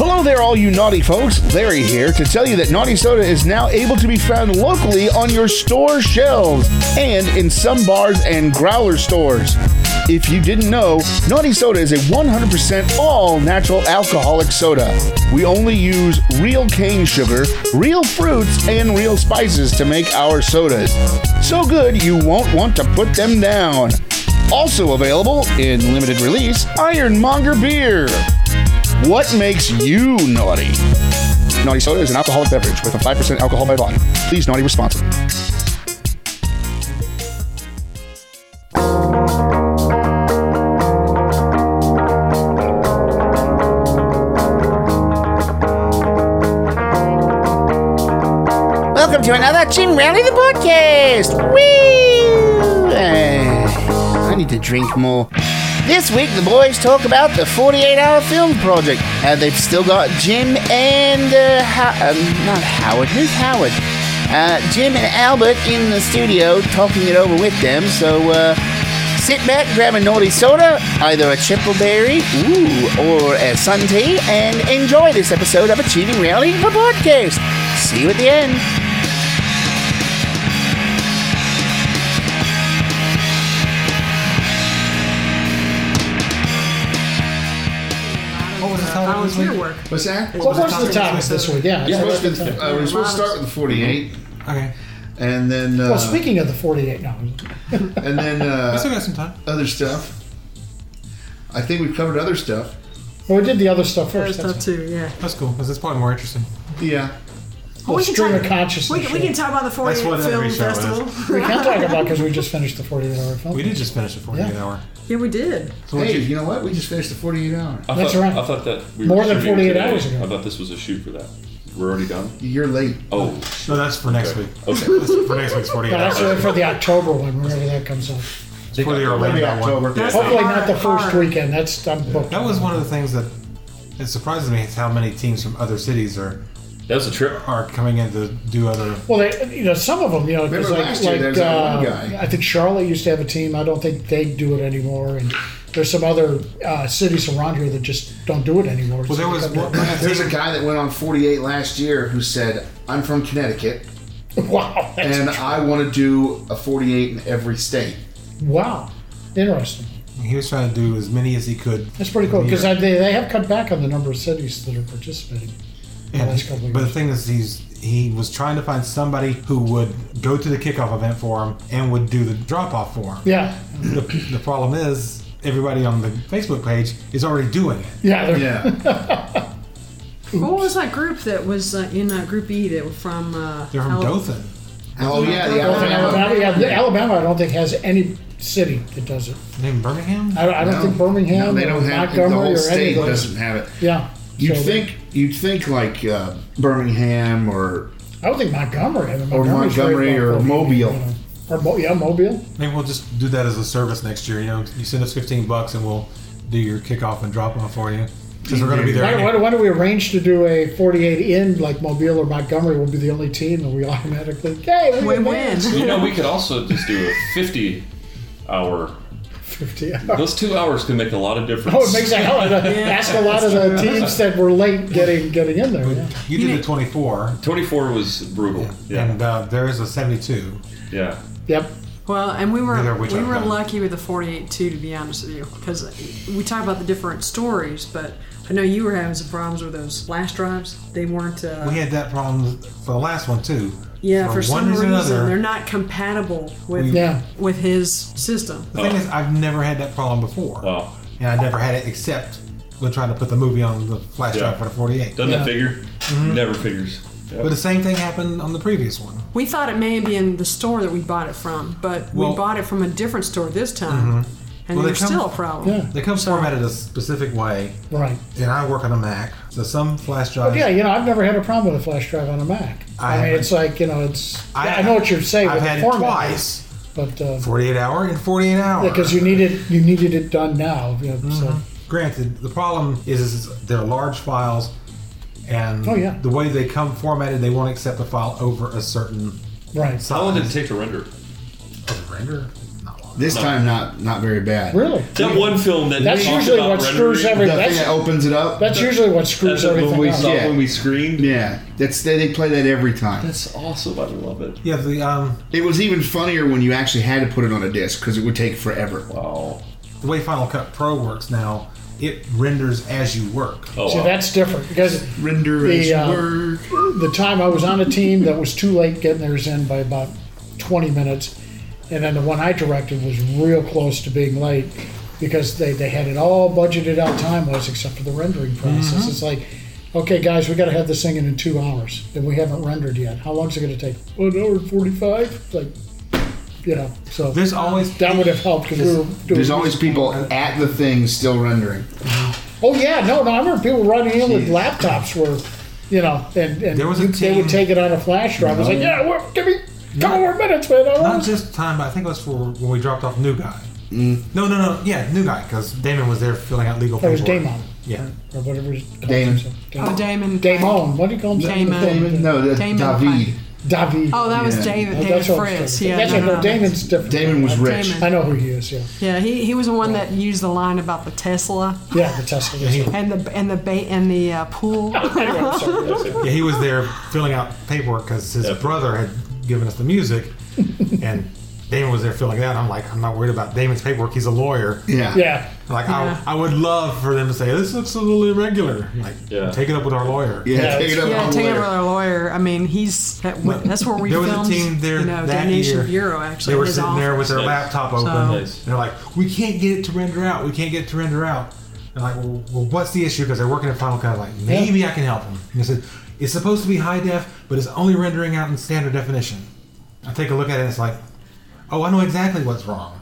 Hello there, all you naughty folks. Larry here to tell you that Naughty Soda is now able to be found locally on your store shelves and in some bars and growler stores. If you didn't know, Naughty Soda is a 100% all natural alcoholic soda. We only use real cane sugar, real fruits, and real spices to make our sodas. So good, you won't want to put them down. Also available in limited release, Ironmonger Beer. What makes you naughty? Naughty soda is an alcoholic beverage with a 5% alcohol by volume. Please naughty responsibly. Welcome to another Jim Rally the Podcast. Woo! Eh, I need to drink more. This week, the boys talk about the 48 hour film project. Uh, they've still got Jim and. Uh, Ho- um, not Howard. Who's Howard? Uh, Jim and Albert in the studio talking it over with them. So uh, sit back, grab a naughty soda, either a chipperberry ooh, or a sun tea, and enjoy this episode of Achieving Reality the Podcast. See you at the end. What was the title this volunteer week? work. What's that? It's What was Volunteer the topic this week? Yeah. We're supposed that's- to, uh, we're supposed to start with the 48, Okay. and then uh, Well, speaking of the 48, no. and then I still uh, got some time. other stuff. I think we've covered other stuff. Well, we did the other stuff first. There's That's, stuff too, yeah. That's cool because it's probably more interesting. Yeah, well, we can stream talk- of consciousness. We, can- we can talk about the 48 That's what that Film research was. Festival. We can talk about because we just finished the 48 hour film. We did just finish the 48 Yeah. hour. yeah, we did. So what hey, you, you know what? We just finished the 48 hour. I That's thought, right. I thought that we More were than shooting 48 today. hours ago. I thought this was a shoot for that. We're already done. You're late. Oh, no, that's for next okay. week. okay. That's for next week's 48 No, that's hour. really for the October one, whenever that comes out. It's for the Orlando Maybe one. October. That's Hopefully hard, not the first hard. weekend. That's I'm booked. That was one of the things that it surprises me is how many teams from other cities are That was a trip. are coming in to do other. Well, they, you know, some of them, you know, it's Remember like, last year, like there's that one uh, guy. I think Charlotte used to have a team. I don't think they do it anymore. And there's some other uh, cities around here that just don't do it anymore. Well, there So was they one, come There's a guy that went on 48 last year who said, "I'm from Connecticut to- wow, that's- and I want to do a 48 in every state." wow, interesting. he was trying to do as many as he could. That's pretty cool because Yeah. they, they have cut back on the number of cities that are participating. And- last couple of but the years. thing is, he's he was trying to find somebody who would go to the kickoff event for him and would do the drop off for him. Yeah, The, the problem is, everybody on the Facebook page is already doing it. yeah, they're- Yeah, What was that group that was uh, in uh, Group E that were from? Uh, They're from Al- Dothan. oh yeah, the Both in Alabama. Alabama, yeah, the- Alabama, I don't think has any city that does it. Named Birmingham. I, I don't No. think No, Birmingham, they or don't have the Montgomery, whole or any state of those. doesn't have it. Yeah, You'd So- think you'd think like uh, Birmingham or I don't think Montgomery. I mean, Or Montgomery's very Montgomery well or located, Mobile. you know. Or Mo- yeah, Mobile. Maybe we'll just do that as a service next year. You know, you send us 15 bucks and we'll do your kickoff and drop off for you. Because we're going to be there. Why, Any- why, why don't we arrange to do a 48 in like Mobile or Montgomery? We'll be the only team, and we automatically hey, we Win win win. You know, we could also just do a 50 hour. 50. Those two hours can make a lot of difference. Oh, it makes a hell of a ask a lot of the teams that were late getting getting in there. yeah. you did the 24, 24 was brutal. Yeah. and uh, there is a 72. Yeah. Yep. Well, and we were Neither of we which I've were done. lucky with the 48 too, to be honest with you, because we talk about the different stories, but I know you were having some problems with those flash drives. They weren't. Uh, We had that problem for the last one, too. yeah, for some reason reason or they're not compatible with Yeah. with his system. The thing is, I've never had that problem before. Wow. And I never had it except when trying to put the movie on the flash Yeah. drive for the 48. Doesn't Yeah. Mm-hmm. that figure? Never figures. Yeah. But the same thing happened on the previous one. We thought it may be in the store that we bought it from, but we Well- Mm-hmm. bought it from a different store this time, and Well, they there's come- still a problem. Yeah. They come formatted a specific way, Right. and I work on a Mac, so some flash drives. Yeah, you know, I've never had a problem with a flash drive on a Mac. I, I mean, it's like, you know, it's. I, I- know what you're saying I've with had the it format, twice. But, uh, 48 hour and 48 hour. yeah, because you needed, you needed it done now. You know, so. Granted, the problem is, is they're large files, and Oh, yeah. the way they come formatted, they won't accept a file over a certain Right. Mm-hmm. size. How long did it take to render? Oh, the render? Not long. This time, not not very bad. Really? That one film that That's talked usually about what screws rendering- The every- thing That's- that opens it up. That's usually what That's screws the one everything we up. saw Yeah. when we screamed. yeah, that's they, they play that every time. That's awesome. I love it. Yeah, the um, It was even funnier when you actually had to put it on a disc because it would take forever. Wow. the way Final Cut Pro works now, it renders as you work. Oh, See, wow. that's different because Render as The, uh, work. the time I was on a team that was too late getting theirs in by about 20 minutes, and then the one I directed was real close to being late because they, they had it all budgeted out time wise except for the rendering process. It's like, okay, guys, we got to have this thing in in two hours, and we haven't rendered yet. How long is it going to take? One hour and 45? Like, you know, so There's always that would have helped because we were doing. There's always people at the thing still rendering. Oh yeah, no, no. I remember people running in with laptops were, you know, and, and There was a you- they would team- take it on a flash drive. I was like, yeah, we're, give me a couple more minutes, man. I not want just time, but I think it was for when we dropped off New Guy. Mm. No, no, no. Yeah, New Guy, because Damon was there filling out legal That Oh, was paperwork. Damon Yeah. or whatever. his- Damon. Damon. Oh, Damon. Damon. What do you call him? Damon. Damon, no, that's Damon David. Pike. David. Oh, that was Yeah. David. Oh, David that's what I was Fritz. thinking. Yeah, that's no, right. no, No, Damon's different. Damon was rich. Uh, Damon. I know who he is. Yeah, Yeah, he, he was the one that used the line about the Tesla yeah, the Tesla. Yeah, and the and the ba- and the uh, pool. I'm sorry. Yeah, he was there filling out paperwork because his Yeah. brother had given us the music, and Damon was there filling it out. I'm like, I'm not worried about Damon's paperwork. He's a lawyer. Yeah. yeah. I'm Like, Yeah. I, I would love for them to say this looks a little irregular. I'm like, Yeah. take it up with our lawyer. Yeah, Yeah, take it up Yeah, on take over later. our lawyer. I mean, he's that, Well, that's where we there was a filmed. team there you know, that Damnation year. Bureau. Actually, They were his sitting there office. with their Nice. laptop open. Nice. and They're like, we can't get it to render out. We can't get it to render out. And I'm like, well, well, what's the issue? Because they're working at Final Cut. I'm like, maybe I can help them. And they said, it's supposed to be high def, but it's only rendering out in standard definition. I take a look at it and it's like, oh, I know exactly what's wrong.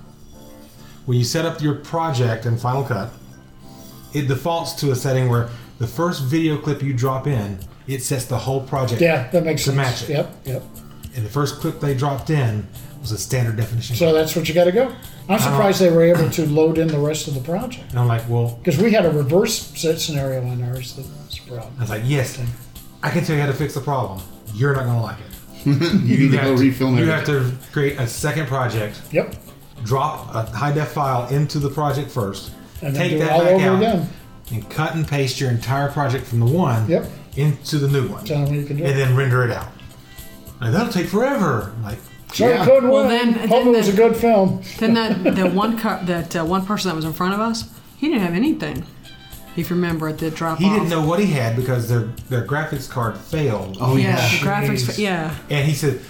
When you set up your project in Final Cut, it defaults to a setting where the first video clip you drop in, it sets the whole project Yeah, that makes to sense. match it Yep, yep. and the first clip they dropped in was a standard definition. So that's what you got to go. I'm surprised Uh, they were able to load in the rest of the project and I'm like, well, because we had a reverse set scenario on ours that was a problem. I was like, yes, I can tell you how to fix the problem. You're not gonna like it. You need to go refilm you it. have to create a second project, Yep. drop a high def file into the project first, And then take do it that all back over out, again. and cut and paste your entire project from the one Yep. into the new one, Tell them you can do it. and then render it out. Like, that'll take forever. I'm like, Sorry, Yeah. couldn't Well, win. then- Hope then it was the- a good film. Then that that one car, that uh, one person that was in front of us, he didn't have anything. If you remember at the drop he off, didn't know what he had because their their graphics card failed. Oh, Yeah, yeah. the graphics. Jeez. Yeah, And he said,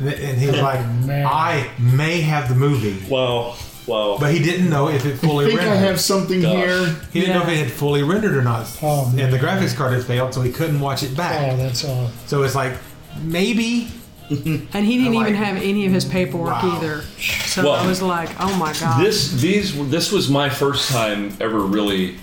and he was like, Oh, man. I may have the movie, Wow. Wow. but he didn't know if it I fully think rendered. I have something Gosh. here. he didn't know if it had fully rendered or not. Oh, and the graphics card had failed, so he couldn't watch it back. Oh, that's all. So it's like, maybe. and he didn't I'm even like, have any of his paperwork wow. either. So Well, I was like, oh my god. This these this was my first time ever really.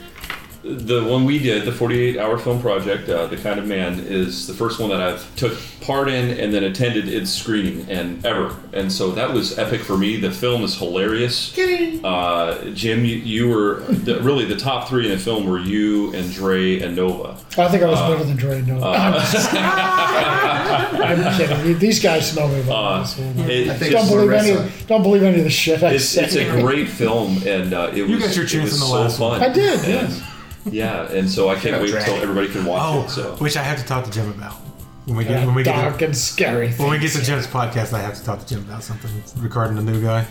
The one we did, the 48 hour film project, uh, The Kind of Man, is the first one that I've took part in and then attended its screening and ever. And so that was epic for me. The film is hilarious. Uh, Jim, you, you were the, really the top three in the film were you and Dre and Nova. I think I was better than Dre. No, Uh, I'm, just kidding. I'm kidding. These guys know me. About this, you know. Uh, It- I think don't it's believe Larissa. any. Don't believe any of the shit I It's, say. it's a great film, and uh, it was got your chance it was in the so last fun. one. I did, And- yes. Yeah, and so I can't wait drag till it. everybody can watch Oh, it. So which I have to talk to Jim about when we get Yeah, when we get dark to, and scary. when we get to Jim's podcast. I have to talk to Jim about something regarding the new guy.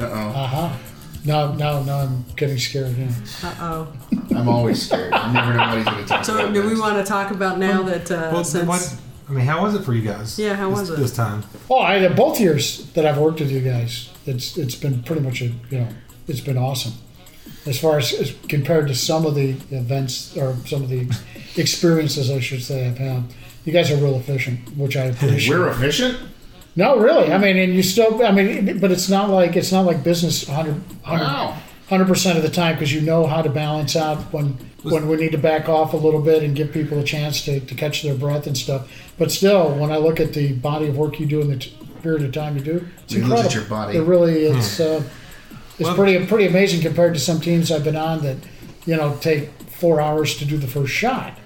Uh Uh huh. No, no, no. I'm getting scared now. Uh oh. oh. I'm always scared. I never know what he's going to talk So about. do we next. want to talk about now that uh, Well, since what? I mean, how was it for you guys? Yeah, how this- was it? this time? Oh, I had both years that I've worked with you guys. It's it's been pretty much a you know it's been awesome. As far as, as compared to some of the events or some of the experiences, I should say, I've had, you guys are real efficient, which I appreciate. We're efficient? No, really. I mean, and you still. I mean, but it's not like it's not like business 100 Wow. percent of the time because you know how to balance out when when we need to back off a little bit and give people a chance to, to catch their breath and stuff. But still, when I look at the body of work you do and the t- period of time you do, it's You incredible. look at your body. It really is. Uh, it's Well- pretty pretty amazing compared to some teams I've been on that you know take four hours to do the first shot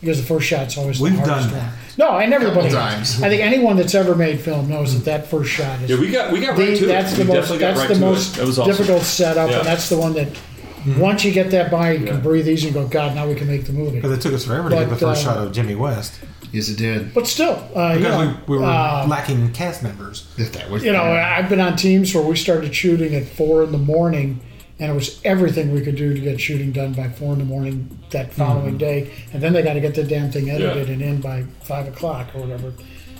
because the first shot's always We've the hardest done one. that. No, and everybody. Couple knows. times. I think anyone that's ever made film knows that that first shot is. Yeah, we got we got the- right to that's it. the we most. definitely got That's right the to most it. That was awesome. difficult setup, Yeah. and that's the one that Mm-hmm. once you get that by, you Yeah. can breathe easy and go, God, now we can make the movie. Because it took us forever to get the But, first uh, shot of Jimmy West Yes, it did. But still, uh, you because know, we, we were uh, lacking cast members. If that was you know, I've been on teams where we started shooting at four in the morning, and it was everything we could do to get shooting done by four in the morning that following day, and then they got to get the damn thing edited Yeah. and in by five o'clock or whatever.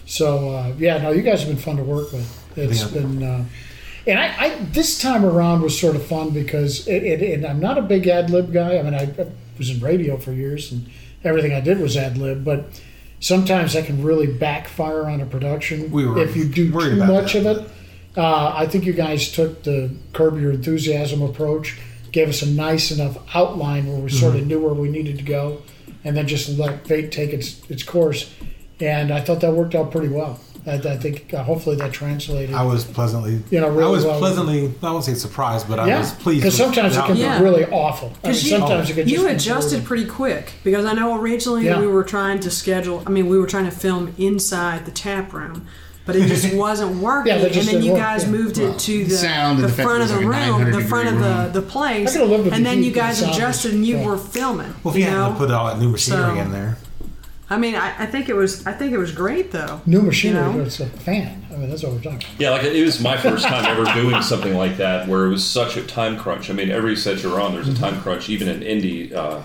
So uh, yeah, no, you guys have been fun to work with. It's Yeah. been, uh, and I, I this time around was sort of fun because it, it, and I'm not a big ad lib guy. I mean, I, I was in radio for years, and everything I did was ad lib, but. Sometimes that can really backfire on a production We were if you do worried too about much that. of it. Uh, I think you guys took the curb your enthusiasm approach, gave us a nice enough outline where we sort of Mm-hmm. knew where we needed to go, and then just let fate take its its course. And I thought that worked out pretty well. I, I think uh, hopefully that translated. I was pleasantly, You know, really I was well- pleasantly, I won't say surprised, but I yeah, was pleased. because with sometimes the it can outcome. be outcome. really awful. I mean, 'Cause you- sometimes it can just You be adjusted brutal. pretty quick because I know originally Yeah. we were trying to schedule. I mean, we were trying to film inside the tap room, but it just wasn't working. that just and then didn't you work, guys yeah. moved Well, it to the the, sound and the the fact front that it of the was like a room, the 900 front of degree the room. the place. could've lived with and the then you heat and guys the sound adjusted, and you and- were filming. Well, if you you hadn't know? have put all that new So- machinery in there, I mean, I, I think it was. I think it was great though. new machinery. You know? It's a fan. I mean, that's what we're talking. about. Yeah, like it was my first time ever doing something like that, where it was such a time crunch. I mean, every set you're on, there's a time crunch. Even in indie, uh,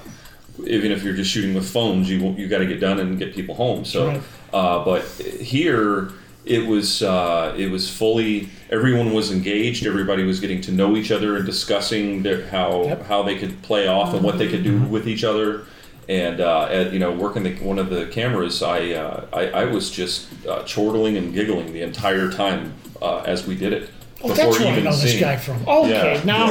even if you're just shooting with phones, you won't- you got to get done and get people home. So, Right. uh, but here it was uh, it was fully everyone was engaged. Everybody was getting to know each other and discussing their, how Yep. Mm-hmm. how they could play off and what they could do with each other. And uh, at, you know, working the, one of the cameras, I uh, I, I was just uh, chortling and giggling the entire time uh, as we did it. Oh, that's where I know this seeing- guy from. Okay, Yeah, now.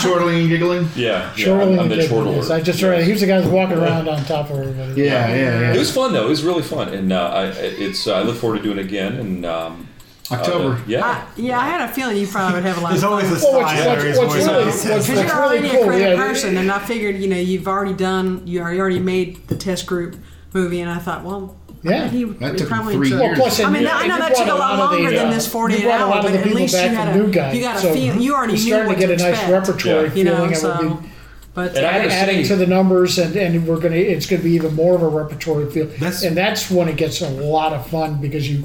chortling and giggling. Yeah, yeah, Chortling I'm, I'm the and giggling. chortler. Yes, I just Yes. read. He was the guy that's walking around on top of everybody. Yeah, yeah, It yeah. was fun though. It was really fun, and uh, I it's uh, I look forward to doing it again. And um, uh, October. yeah, Ah. I, yeah, I had a fealing you probably would have a lot. there's of fun. always this Well, well, what's- sigh what's- under his what's voice. really- Like, what's- Because That's you're really already cool, a creative yeah. person, and I figured, you know, you've already done, you already already made the test group movie, and I thought, well, Yeah. he, That he took probably three enjoyed Well, it. years. plus, I mean, and I know you that took brought a lot of the, longer than uh, this you 48 brought a hour, lot of but the at people least you back from had a- New Guy, you got a so feel- you already we're knew starting what to get to a nice expect, repertory you feeling, you know, and we'll so. be But And I uh, had a adding Understanding- to the numbers, and, and we're gonna it's gonna be even more of a repertory feel. That's- and that's when it gets a lot of fun because you.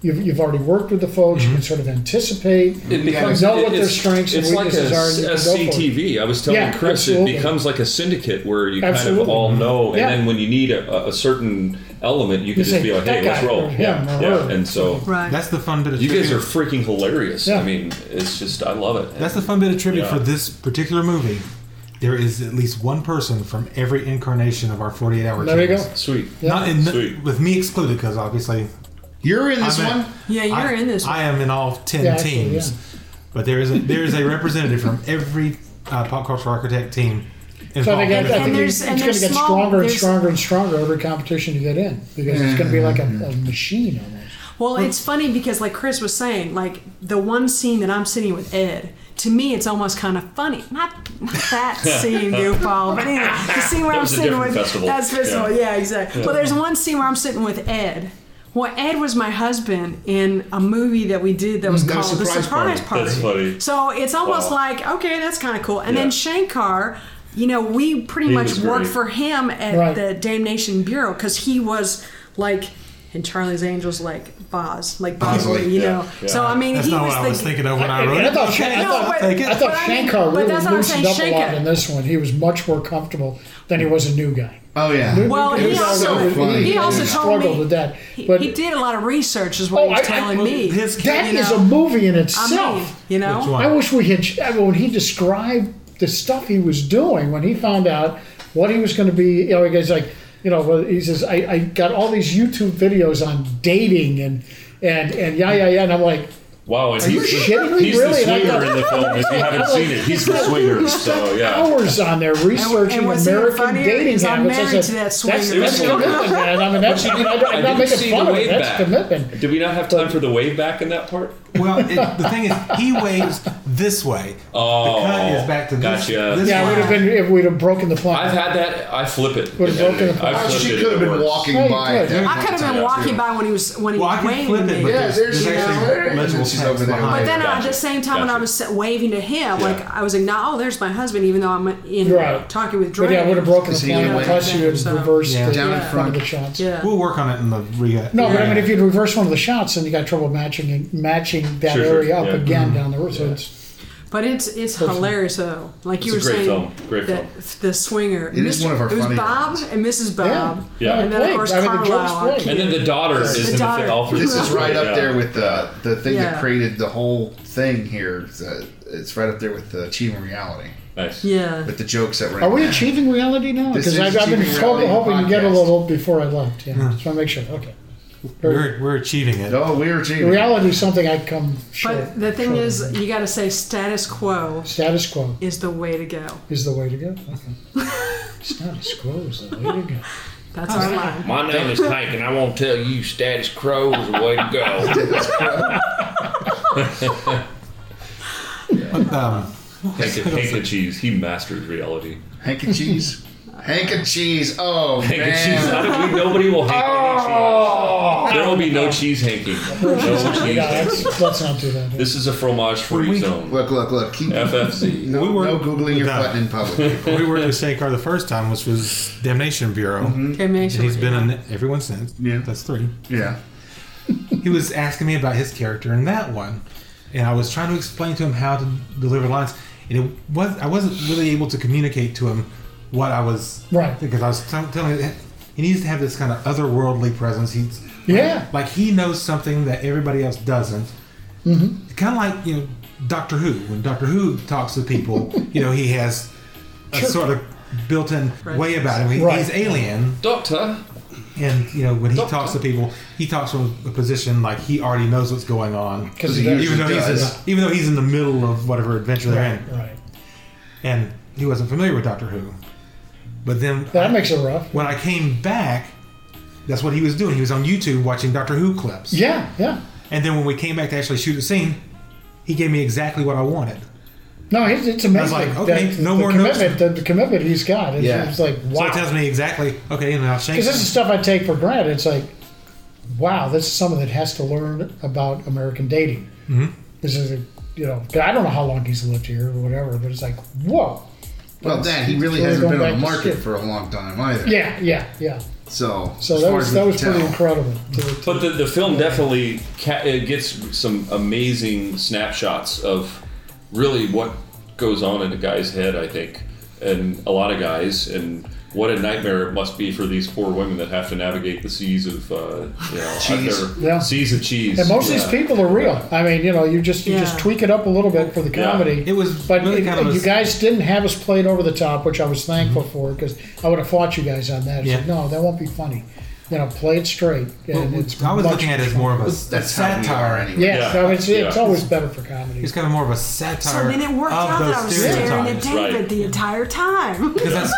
You've, you've already worked with the folks. You can sort of anticipate. Mm-hmm. it becomes know what their it's- strengths and it's like weaknesses a are, and you can go for it. SCTV. I was telling Yeah, Chris, absolutely. it becomes like a syndicate where you kind of Absolutely. all know, and Yeah. then when you need a, a certain element, you can You just say, be like, "That "Hey, let's guy roll." or him yeah, or yeah. her. And so right, That's the fun bit of you guys are tribute. freaking hilarious. Yeah. I mean, it's just I love it. That's the fun bit of tribute Yeah. for this particular movie. There is at least one person from every incarnation of our 48 hour. There you teams. go. sweet. Not in Sweet. with me excluded because obviously You're in this I'm at- one. yeah, you're I, in this. I am in all ten Yeah, actually, teams, yeah. but there is a there is a representative from every uh, pop culture architect team So I involved. think, I, I in think it. And it's there's- going and to get there's small- stronger and there's- stronger and stronger every competition you get in because it's going to be like a, a Mm-hmm. machine almost. Well, it's funny because, like Chris was saying, like the one scene that I'm sitting with Ed, to me, it's almost kind of funny. Not, not that scene, goofball, but anyway, the scene where I'm was a sitting different with festival. that's festival. Yeah. Yeah, exactly. Well, there's one scene where I'm sitting with Ed. Well, Ed was my husband in a movie that we did that was Mm-hmm. That was called The Surprise Surprise Party. Party. That's funny. So it's almost Wow. like okay, that's kind of cool. And Yeah. then Shankar. You know, we pretty He much was worked great. for him at Right. the Damnation Bureau because he was like in Charlie's Angels, like Boz, like Boz, Bosley, you yeah, know. yeah. So I mean, That's he not was, what the, I was thinking of when I, I- wrote I it. thought Okay, Shank- I I thought, thought- I take it. thought But I mean- Shankar but really that's what I'm loosened up saying, a lot Shankar- in this one. He was much more comfortable than he was a new guy. Oh yeah. Well, New he guy also- was- so funny. he Yeah, also yeah. told struggled me with that. He, But he did a lot of research, is what Oh, he was I- I- telling me. his that you is know, a movie in I itself. mean, you know, Which one? I wish we had. I mean, when he described the stuff he was doing, when he found out what he was going to be, you know, he goes like, you know, well, he says, I, I got all these YouTube videos on dating and and and yeah, yeah, yeah, and I'm like, Wow, and Are you he's, the- kidding me? he's Really? And the I swinger thought- in the film. If you haven't seen it, he's the swinger. So yeah, hours on there researching what's even American funnier dating is I'm habits. I married said, to that that's, swinger. that's It was commitment, man. I mean, that's I mean, I don't- I'm not didn't making see fun the of it. wave That's back. commitment. Did we not have time for the wave back in that part? Well, it, the thing is, he waves. this way. Oh, the cut is back to this. gotcha. this Yeah, it way. would have been if we'd have broken the plumb. I've had that. I flip it. Would've in editing. broken the I plot. flip she it, could have it been works. walking Hey, by. good. at that I I point could in have been time, walking too. by when he was when he Well, I was can waving flip to it, me. but Yeah, there's, there she there's is. actually And legible she's text over there. behind But it. Then at Gotcha. the same time, when I Gotcha. was sa- waving to him, like I was like, "No, there's my husband," even though I'm in Right. talking with Dre. But yeah, I would have broken the Is he plumb away? unless you had So- reversed Yeah. the, Down in one of front. the shots. Yeah. We'll work on it in the re. No, but I yeah. mean, if you'd reverse one of the shots, then you got trouble matching matching that Sure, sure. area up Yeah. again Mm-hmm. down the road. So it's But it's it's hilarious though. Like you It's were a great saying, film. Great that the swinger. It is one of our It was funnier Bob ones. and Mrs. Bob. yeah, Yeah. yeah. And then, of course, I mean, the jokes Carlisle, our played. kid. And then the daughter is in the daughter. thing all through. This is right Yeah. up there with the the thing Yeah. that created the whole thing here. It's, uh, It's right up there with the achieving reality, Nice. Yeah. with the jokes that were. Are in we there. achieving reality now? This Because is I've, I've been achieving hoping, reality hoping to get a podcast. little before I left. Yeah, just want to make sure. Okay, we're, we're achieving it. No, Oh, we're achieving. reality is something I've come short. But the thing short of. is, you got to say status quo status quo is the way to go. is the way to go. Okay. status quo is the way to go. That's our line. My name is Hank, and I won't tell you status quo is the way to go. Um, Hank, Hank and Cheese. He masters reality. Hank and cheese. Hank and cheese. Oh Hank and man. Cheese. I mean, nobody will hank Oh! Hank and Cheese. There will be no cheese hanking. No cheese. Yeah, let's, let's not do that. This is a fromage free We- zone. Look, look, look. Keep FFZ. no, We were- no googling your No. button in public. we worked with Shankar the first time, which was Damnation Bureau. And he's been on everyone since. Mm-hmm. Yeah. That's three. yeah. he was asking me about his character in that one, and I was trying to explain to him how to deliver lines, and it was I wasn't really able to communicate to him what I was Right. because I was t- telling him he needs to have this kind of otherworldly presence. He's Yeah, like he knows something that everybody else doesn't. Mm-hmm. Kind of like you know Doctor Who when Doctor Who talks to people, you know he has a sort of built-in way about him. He- Right. He's alien, Doctor. and you know when he talks to people, he talks from a position like he already knows what's going on, because He even usually though he's in does. the, even though he's in the middle of whatever adventure they're in, right. and he wasn't familiar with Doctor Who. But then That makes it rough. when I came back, that's what he was doing. He was on YouTube watching Doctor Who clips, Yeah, yeah. and then when we came back to actually shoot the scene, he gave me exactly what I wanted. No, it's, it's amazing. like, okay, that no the more notes. commitment. The, the commitment he's got. It's, Yeah. it's like So wow. it tells me exactly okay, and I'll shake. Because this is stuff I take for granted. It's like, wow, this is someone that has to learn about American dating. Mm-hmm. This is, a, you know, 'cause I don't know how long he's lived here or whatever, but it's like, whoa. Well, That's- then he really it's hasn't going been on the back to market school. for a long time either. Yeah, yeah, yeah. So, So as that far was as we that can was pretty tell. incredible. to- to- But the, the film definitely ca- it gets some amazing snapshots of really what goes on in a guy's head, I think, and a lot of guys, and what a nightmare it must be for these poor women that have to navigate the seas of, uh, you know, I've Cheese. never- Yeah. seas of cheese. and most of these Yeah. people are real. I mean, you know, you just you just Yeah. tweak it up a little bit for the Yeah. comedy. It was But really it- kind of a- Mm-hmm. you guys didn't have us played over the top, which I was thankful for because I would have fought you guys on that. It's like, Yeah. no, that won't be funny. You know, play it straight. And it's I was much- looking at it as more of a, a That's how we are satire. anyway. Yes, Yeah. I mean, it's, it's Yeah. always better for comedy. It's kind of more of a satire. So then it worked of out that those I was staring at stereotypes. David Right. the entire time. because that's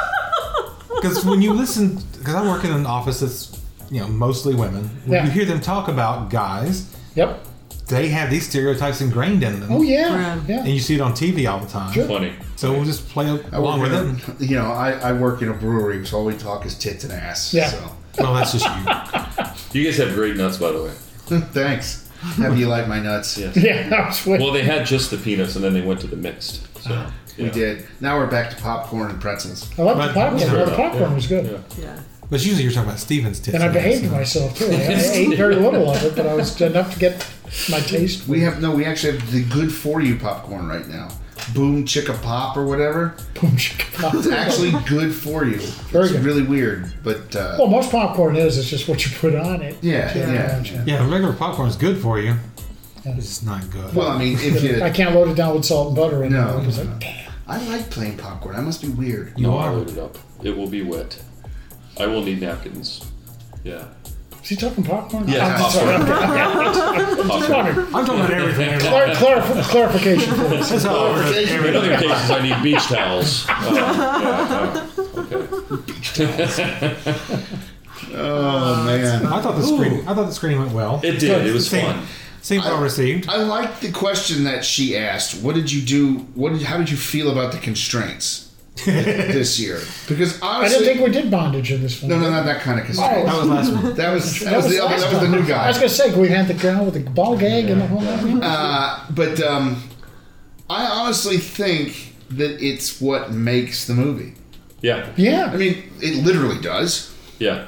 because when you listen because I work in an office that's you know mostly women when Yeah. you hear them talk about guys Yep. they have these stereotypes ingrained in them Oh yeah. Right. Yeah. and you see it on TV all the time Sure. Funny. so we'll just play I work along with in it a- You know, I, I work in a brewery, so all we talk is tits and ass. Yeah. So, well that's just you You guys have great nuts, by the way. thanks. Have you like my nuts? Yes. Yeah, that was way. Well, they had just the peanuts, and then they went to the mixed. So, Ah. We did. Now we're back to popcorn and pretzels. I love But- the popcorn. Yeah. the popcorn was good. yeah. but usually you're talking about Steven's tits And I behaved ass. myself too. I ate very little of it, but I was enough to get my taste. We have no. We actually have the good for you popcorn right now. Boom chicka pop or whatever. Boom, shaka, It's pop. actually good for you. Very it's good. really weird, but uh, Well, most popcorn is. It's just what you put on it. yeah, yeah, yeah regular popcorn's good for you Yeah. it's just not good Well, I mean, if you, I can't load it down with salt and butter anymore. No. 'cause I- damn. I like plain popcorn. I must be weird. you no, I are loaded up. It will be wet. I will need napkins. Yeah. Is he talking popcorn? Yeah, I'm popcorn. sorry. Popcorn. Sorry. I'm talking about everything Clar- clarif- clarification, please. That's all. In other cases, I need beach towels. Um, yeah, okay. Oh man, I thought the screen I thought the screen went well It did. It was Same. fun. Seems well received. I like the question that she asked. What did you do? What? Did, how did you feel about the constraints this year? Because I honestly, didn't think we did bondage in this one. no, no, not that kind of constraint. that was last one. That was that, was, the other, last that was the time. new guy. I was gonna say we had the guy with the ball gag and the whole. Uh, but um, I honestly think that it's what makes the movie. Yeah, I Yeah, mean, it literally does. yeah.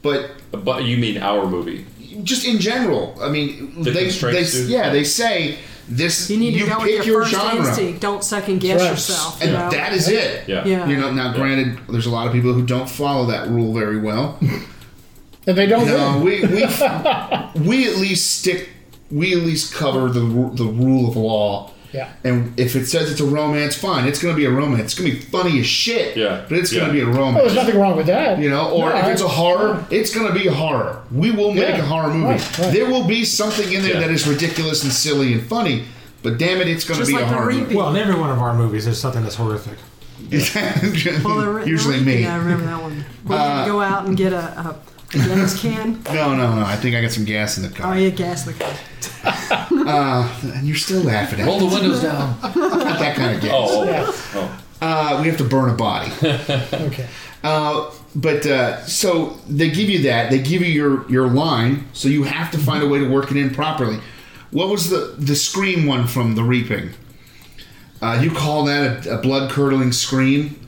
But But you mean our movie? just in general, I mean, they, The they constraints do. yeah, they say this. You need to go pick with your, your, first genre, instinct. Don't second guess Right. yourself. and you know? that is it. Yeah. Yeah. You know, now granted, there's a lot of people who don't follow that rule very well. and they don't No, win. we we we at least stick. We at least cover the ru- the rule of law. Yeah. And if it says it's a romance, fine. It's gonna be a romance. It's gonna be funny as shit. Yeah. But it's Yeah. gonna be a Well, Oh, there's romance. nothing wrong with that. You know, or No, if it's a I- horror, it's gonna be a horror. We will make a Yeah. horror movie. Right, right. There will be something in there Yeah. that is ridiculous and silly and funny. But damn it, it's gonna Just be like a the horror repeat. Well, in every one of our movies, there's something that's horrific. movie. Well, the- the Usually reason me. I remember that one. We had to go out and get a, a gas can. No, no, no. I think I got some gas in the Oh, car. yeah, gas the car. And you're still laughing at Roll me. the windows down. Not that kind of gas. Oh, Yeah. Uh, we have to burn a body. Okay. Uh, but uh, so they give you that. They give you your your line, so you have to find a way to work it in properly. What was the the scream one from the reaping? Uh, you call that a, a blood curdling scream?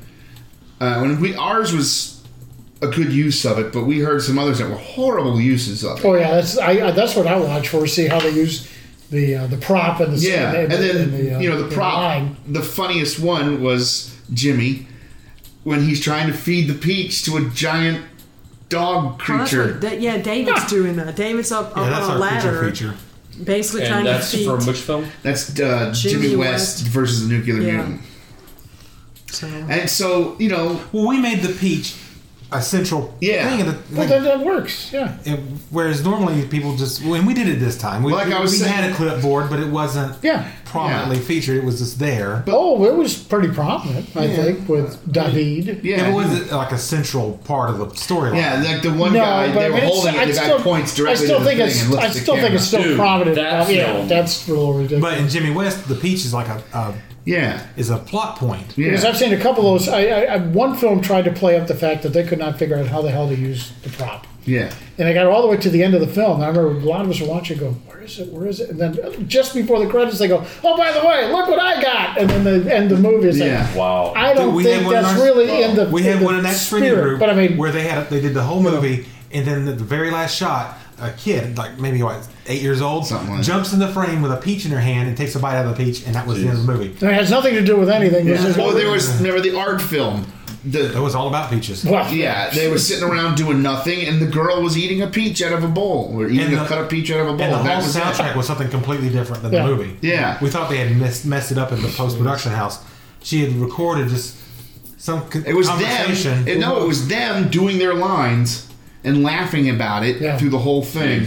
Uh, when we ours was a good use of it, but we heard some others that were horrible uses of it. Oh yeah, that's I, I that's what I watch for. See how they use the uh, the prop and the Yeah, and then uh, you know the prop. line. The funniest one was Jimmy when he's trying to feed the peach to a giant dog Well, that's creature. what, that, yeah, David's doing that. David's up Yeah, up that's on a our ladder, creature feature. basically trying and to that's feed. from which film? That's uh, Jimmy, Jimmy West, West. versus the Nuclear Yeah. Mutant. so. And so, you know, Well, we made the peach a central Yeah. thing. Of the, Well, that, that works. Yeah. it- whereas normally people just when we did it this time, we, Like I was we saying- had a clipboard, but it wasn't Yeah. prominently featured. It was just there. Oh, it was pretty prominent, I think, with David. yeah. it wasn't like a central part of the storyline. yeah, like the one No, guy, but they I were mean, it's- holding it, I the guy still- points I directly still to the think thing it's and looks I at the still think camera. it's still Dude, prominent. that yeah, film. that's a little ridiculous. But in Jimmy West, the peach is like a, a Yeah, is a plot point. yeah. Because I've seen a couple of those. I, I, I, one film tried to play up the fact that they could not figure out how the hell to use the prop. yeah. And I got all the way to the end of the film. And I remember a lot of us were watching, going, "Where is it? Where is it?" And then just before the credits, they go, "Oh, by the way, look what I got!" And then they end the movie. It's Yeah. like, Wow. I Dude, don't we had think one in that's our- really in the. We in had the one in that screening spirit. group, but I mean, where they had they did the whole movie, and then at the very last shot, a kid like maybe what eight years old Something like that. jumps in the frame with a peach in her hand and takes a bite out of the peach, and that was the end of the movie. it has nothing to do with anything. This is- Well, Oh, there was, remember the art film? It The, was all about peaches. well, yeah, they were sitting around doing nothing, and the girl was eating a peach out of a bowl, or eating And a the- cut up peach out of a bowl. And the Oh, that whole was it. soundtrack was something completely different than Yeah. the movie. Yeah. we thought they had messed, messed it up in the post production house. She had recorded just some con- It was conversation. them. It, no, it was them doing their lines and laughing about it Yeah. through the whole thing.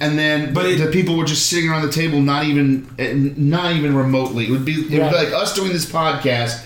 And then, But but it- the people were just sitting around the table, not even, eh, not even remotely. It would be, it would be Right. like us doing this podcast,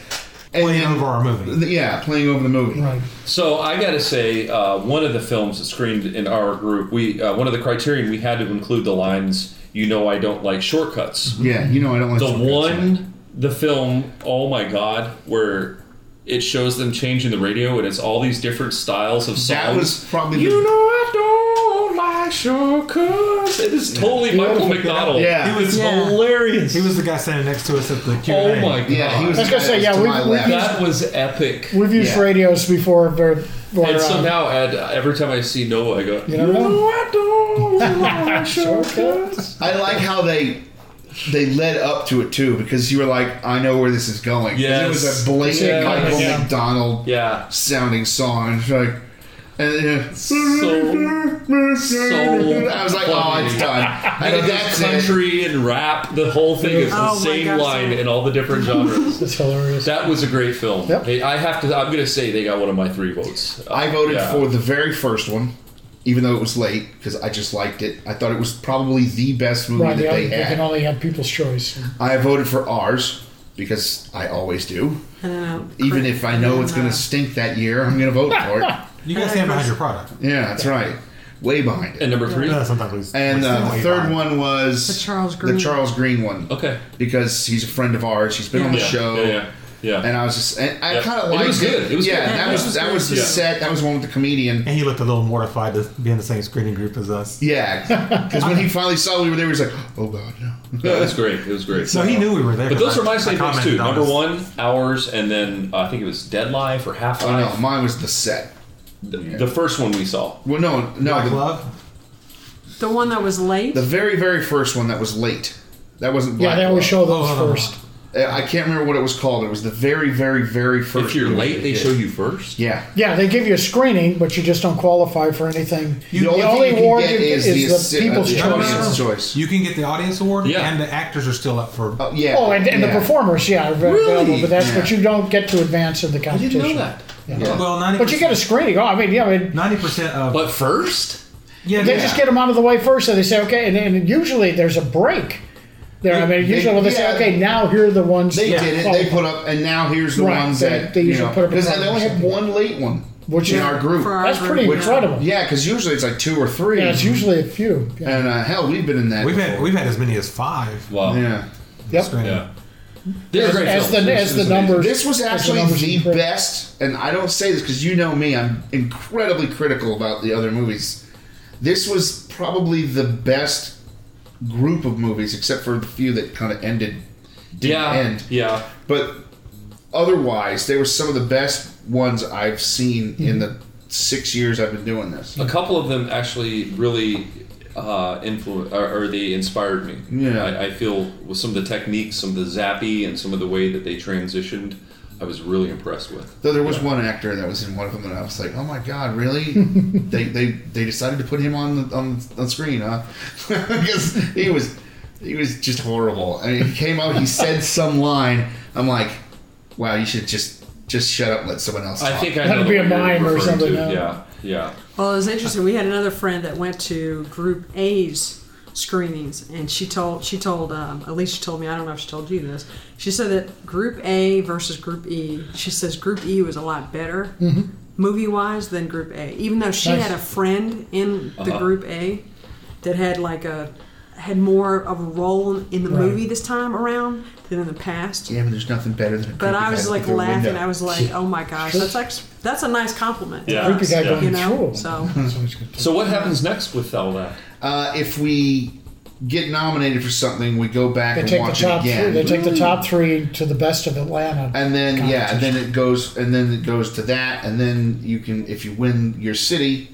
and playing then- over our movie. Yeah, playing over the movie. right. So I gotta say, uh, one of the films that screened in our group, we uh, one of the criterion we had to include the lines. You know, I don't like shortcuts. Yeah, you know I don't like The Mhm. shortcuts. one, the film, oh my god, where it shows them changing the radio and it's all these different styles of songs. That was probably you the- know I don't like shortcuts. It is totally Michael McDonald. Yeah. He was Yeah. hilarious. he was the guy standing next to us at the Q oh my god. Yeah, he was. I was gonna say, yeah, to we- my we- left. That was epic. We've used Yeah. radios before. Where, where, And um, somehow, Ed, every time I see Noah, I go, you know, I don't like shortcuts. I like how they they led up to it too, because you were like, I know where this is going. 'Cause it Yes. was a blatant Yeah. Michael Yeah. McDonald Yeah. sounding song. And it's like, and, uh, So- so I was like, oh, it's done. I And mean, that's that's it. country and rap, the whole thing is the Oh my same gosh, line sorry. in all the different genres. it's hilarious. that was a great film. Yep. Hey, I have to. I'm going to say they got one of my three votes. Uh, I voted Yeah. for the very first one, even though it was late because I just liked it. I thought it was probably the best movie right, that yeah, they they can had. only have people's choice. I voted for ours because I always do. I don't know. Even if I know it's going Uh, to stink that year, I'm going to vote for it. You guys stand behind your product. Yeah, that's right. way behind it. And number three? Yeah, sometimes we- And we uh, stay the way third behind. one was The Charles Green. the Charles Green one. Okay. Because he's a friend of ours. He's been on the Yeah, show. Yeah, yeah. yeah. And I was just, and I Yeah. kind of It liked was good. It was yeah, good. that Yeah. was that was the Yeah. set. That was the one with the comedian. And he looked a little mortified to be in the same screening group as us. Yeah, because when he finally saw we were there, he was like, "Oh God, no!" No, it was great. It was great. So he knew we were there. But those are my I same picks too. commented on Number this. one, hours, and then uh, I think it was Dead Life or Half Oh Life. no, mine was the set. the, the first one we saw. Well, no, no, Black the, Love. The one that was late. the very very first one that was late. That wasn't Yeah, Black. they always Love. show those Oh, no, no, no. first. Uh, I can't remember what it was called. It was the very very very first. If you're movie late, they they did. show you first. Yeah, Yeah, they give you a screening, but you just don't qualify for anything. the only, thing you can award get you- is, is the, the People's uh, the Choice. audience choice. You can get the audience award, Yeah. and the actors are still up for. Oh, yeah. Oh, and, and yeah. the performers, yeah, are available, but that's but you don't get to advance in the I competition. didn't know that. Well, ninety. But you get a screening. Oh, I mean, yeah, I mean, ninety percent of. But first, yeah, they yeah. just get them out of the way first, so they say okay, and, and usually there's a break. There, I mean, They- usually when they yeah. say okay, now here are the ones They that did it. They qualify." put up, and now here's the Right, ones they- that they you usually know, put up a Because they card only or have one late one, Which in is- our group. for our That's pretty group. incredible. yeah, because usually it's like two or three. Yeah, it's usually a few. Yeah. and uh, hell, we've been in that. We've had before. we've had as many as five. wow, yeah, yeah. Yep. screening. They were great As films. the It as was- it was the amazing. numbers. This was as the actually numbers the increase. best, and I don't say this because you know me, I'm incredibly critical about the other movies. This was probably the best group of movies, except for the few that kind of ended. Didn't Yeah, end. yeah. But otherwise, they were some of the best ones I've seen Mm-hmm. in the six years I've been doing this. A couple of them actually really uh, influenced, or, or they inspired me. Yeah. I, I feel with some of the techniques, some of the zappy, and some of the way that they transitioned, I was really impressed with. Though there was one actor that was in one of them, and I was like, "Oh my god, really?" they, they they decided to put him on the on, on screen, huh? because he was he was just horrible. I mean, he came out, he said some line. I'm like, "Wow, you should just just shut up, and let someone else." I talk." think I Had know to be the a one you're mime or referring something, To. yeah. Yeah, yeah. Well, it was interesting. We had another friend that went to Group A's screenings, and she told she told um, at least she told me I don't know if she told you this. She said that Group A versus Group E. She says Group E was a lot better movie wise than Group A, even though she Mm-hmm. Nice. had a friend in the Uh-huh. Group A that had like a had more of a role in the movie this time around than in the past. Yeah, but there's nothing better than. A But creepy I guy was looking like through a laughing. window. I was like, "Oh my gosh, that's actually, that's a nice compliment." to Yeah. us, Creepy guy Yeah. going you know. through. So That's always good. So what happens next with all that? Uh, if we get nominated for something, we go back They and take the watch top it three. again. They take the top three to the best of Atlanta. and then yeah, and then it goes, and then it goes to that, and then you can, if you win your city,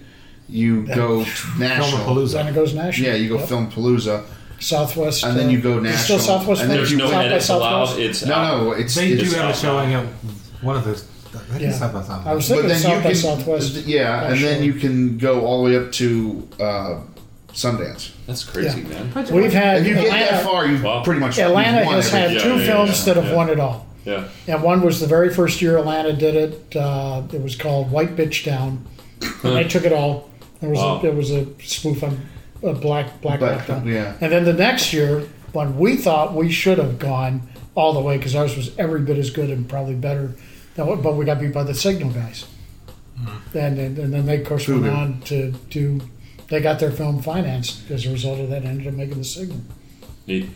you go national. Filmapalooza. then it goes national. Yeah, you go Yep. film Palooza, Southwest, uh, and then you go it's national. Still Southwest. and then Florida? There's you- no South by edits allowed. Southwest? It's out. No, no, it's They it's, do have a out. showing at one of those. I think Yeah. it's South by Southwest. I was thinking then South by can, Southwest. yeah, Oh, and then sure. you can go all the way up to uh, Sundance. That's crazy, Yeah. man. We've had If you get Atlanta, that far, you've Wow. pretty much Atlanta you've won has had everything. two Yeah, yeah, films yeah, that have yeah. won it all. Yeah. And one was the very first year Atlanta did it. Uh, it was called White Bitch Down. And they took it all. There was Wow. a, there was a spoof on uh, Black Black Black- Hawk Down. yeah. And then the next year, when we thought we should have gone all the way because ours was every bit as good and probably better, than what, but we got beat by the Signal guys. Hmm. And, and and then they of course went Voodoo. on to do. They got their film financed as a result of that. and Ended up making the Signal. Neat.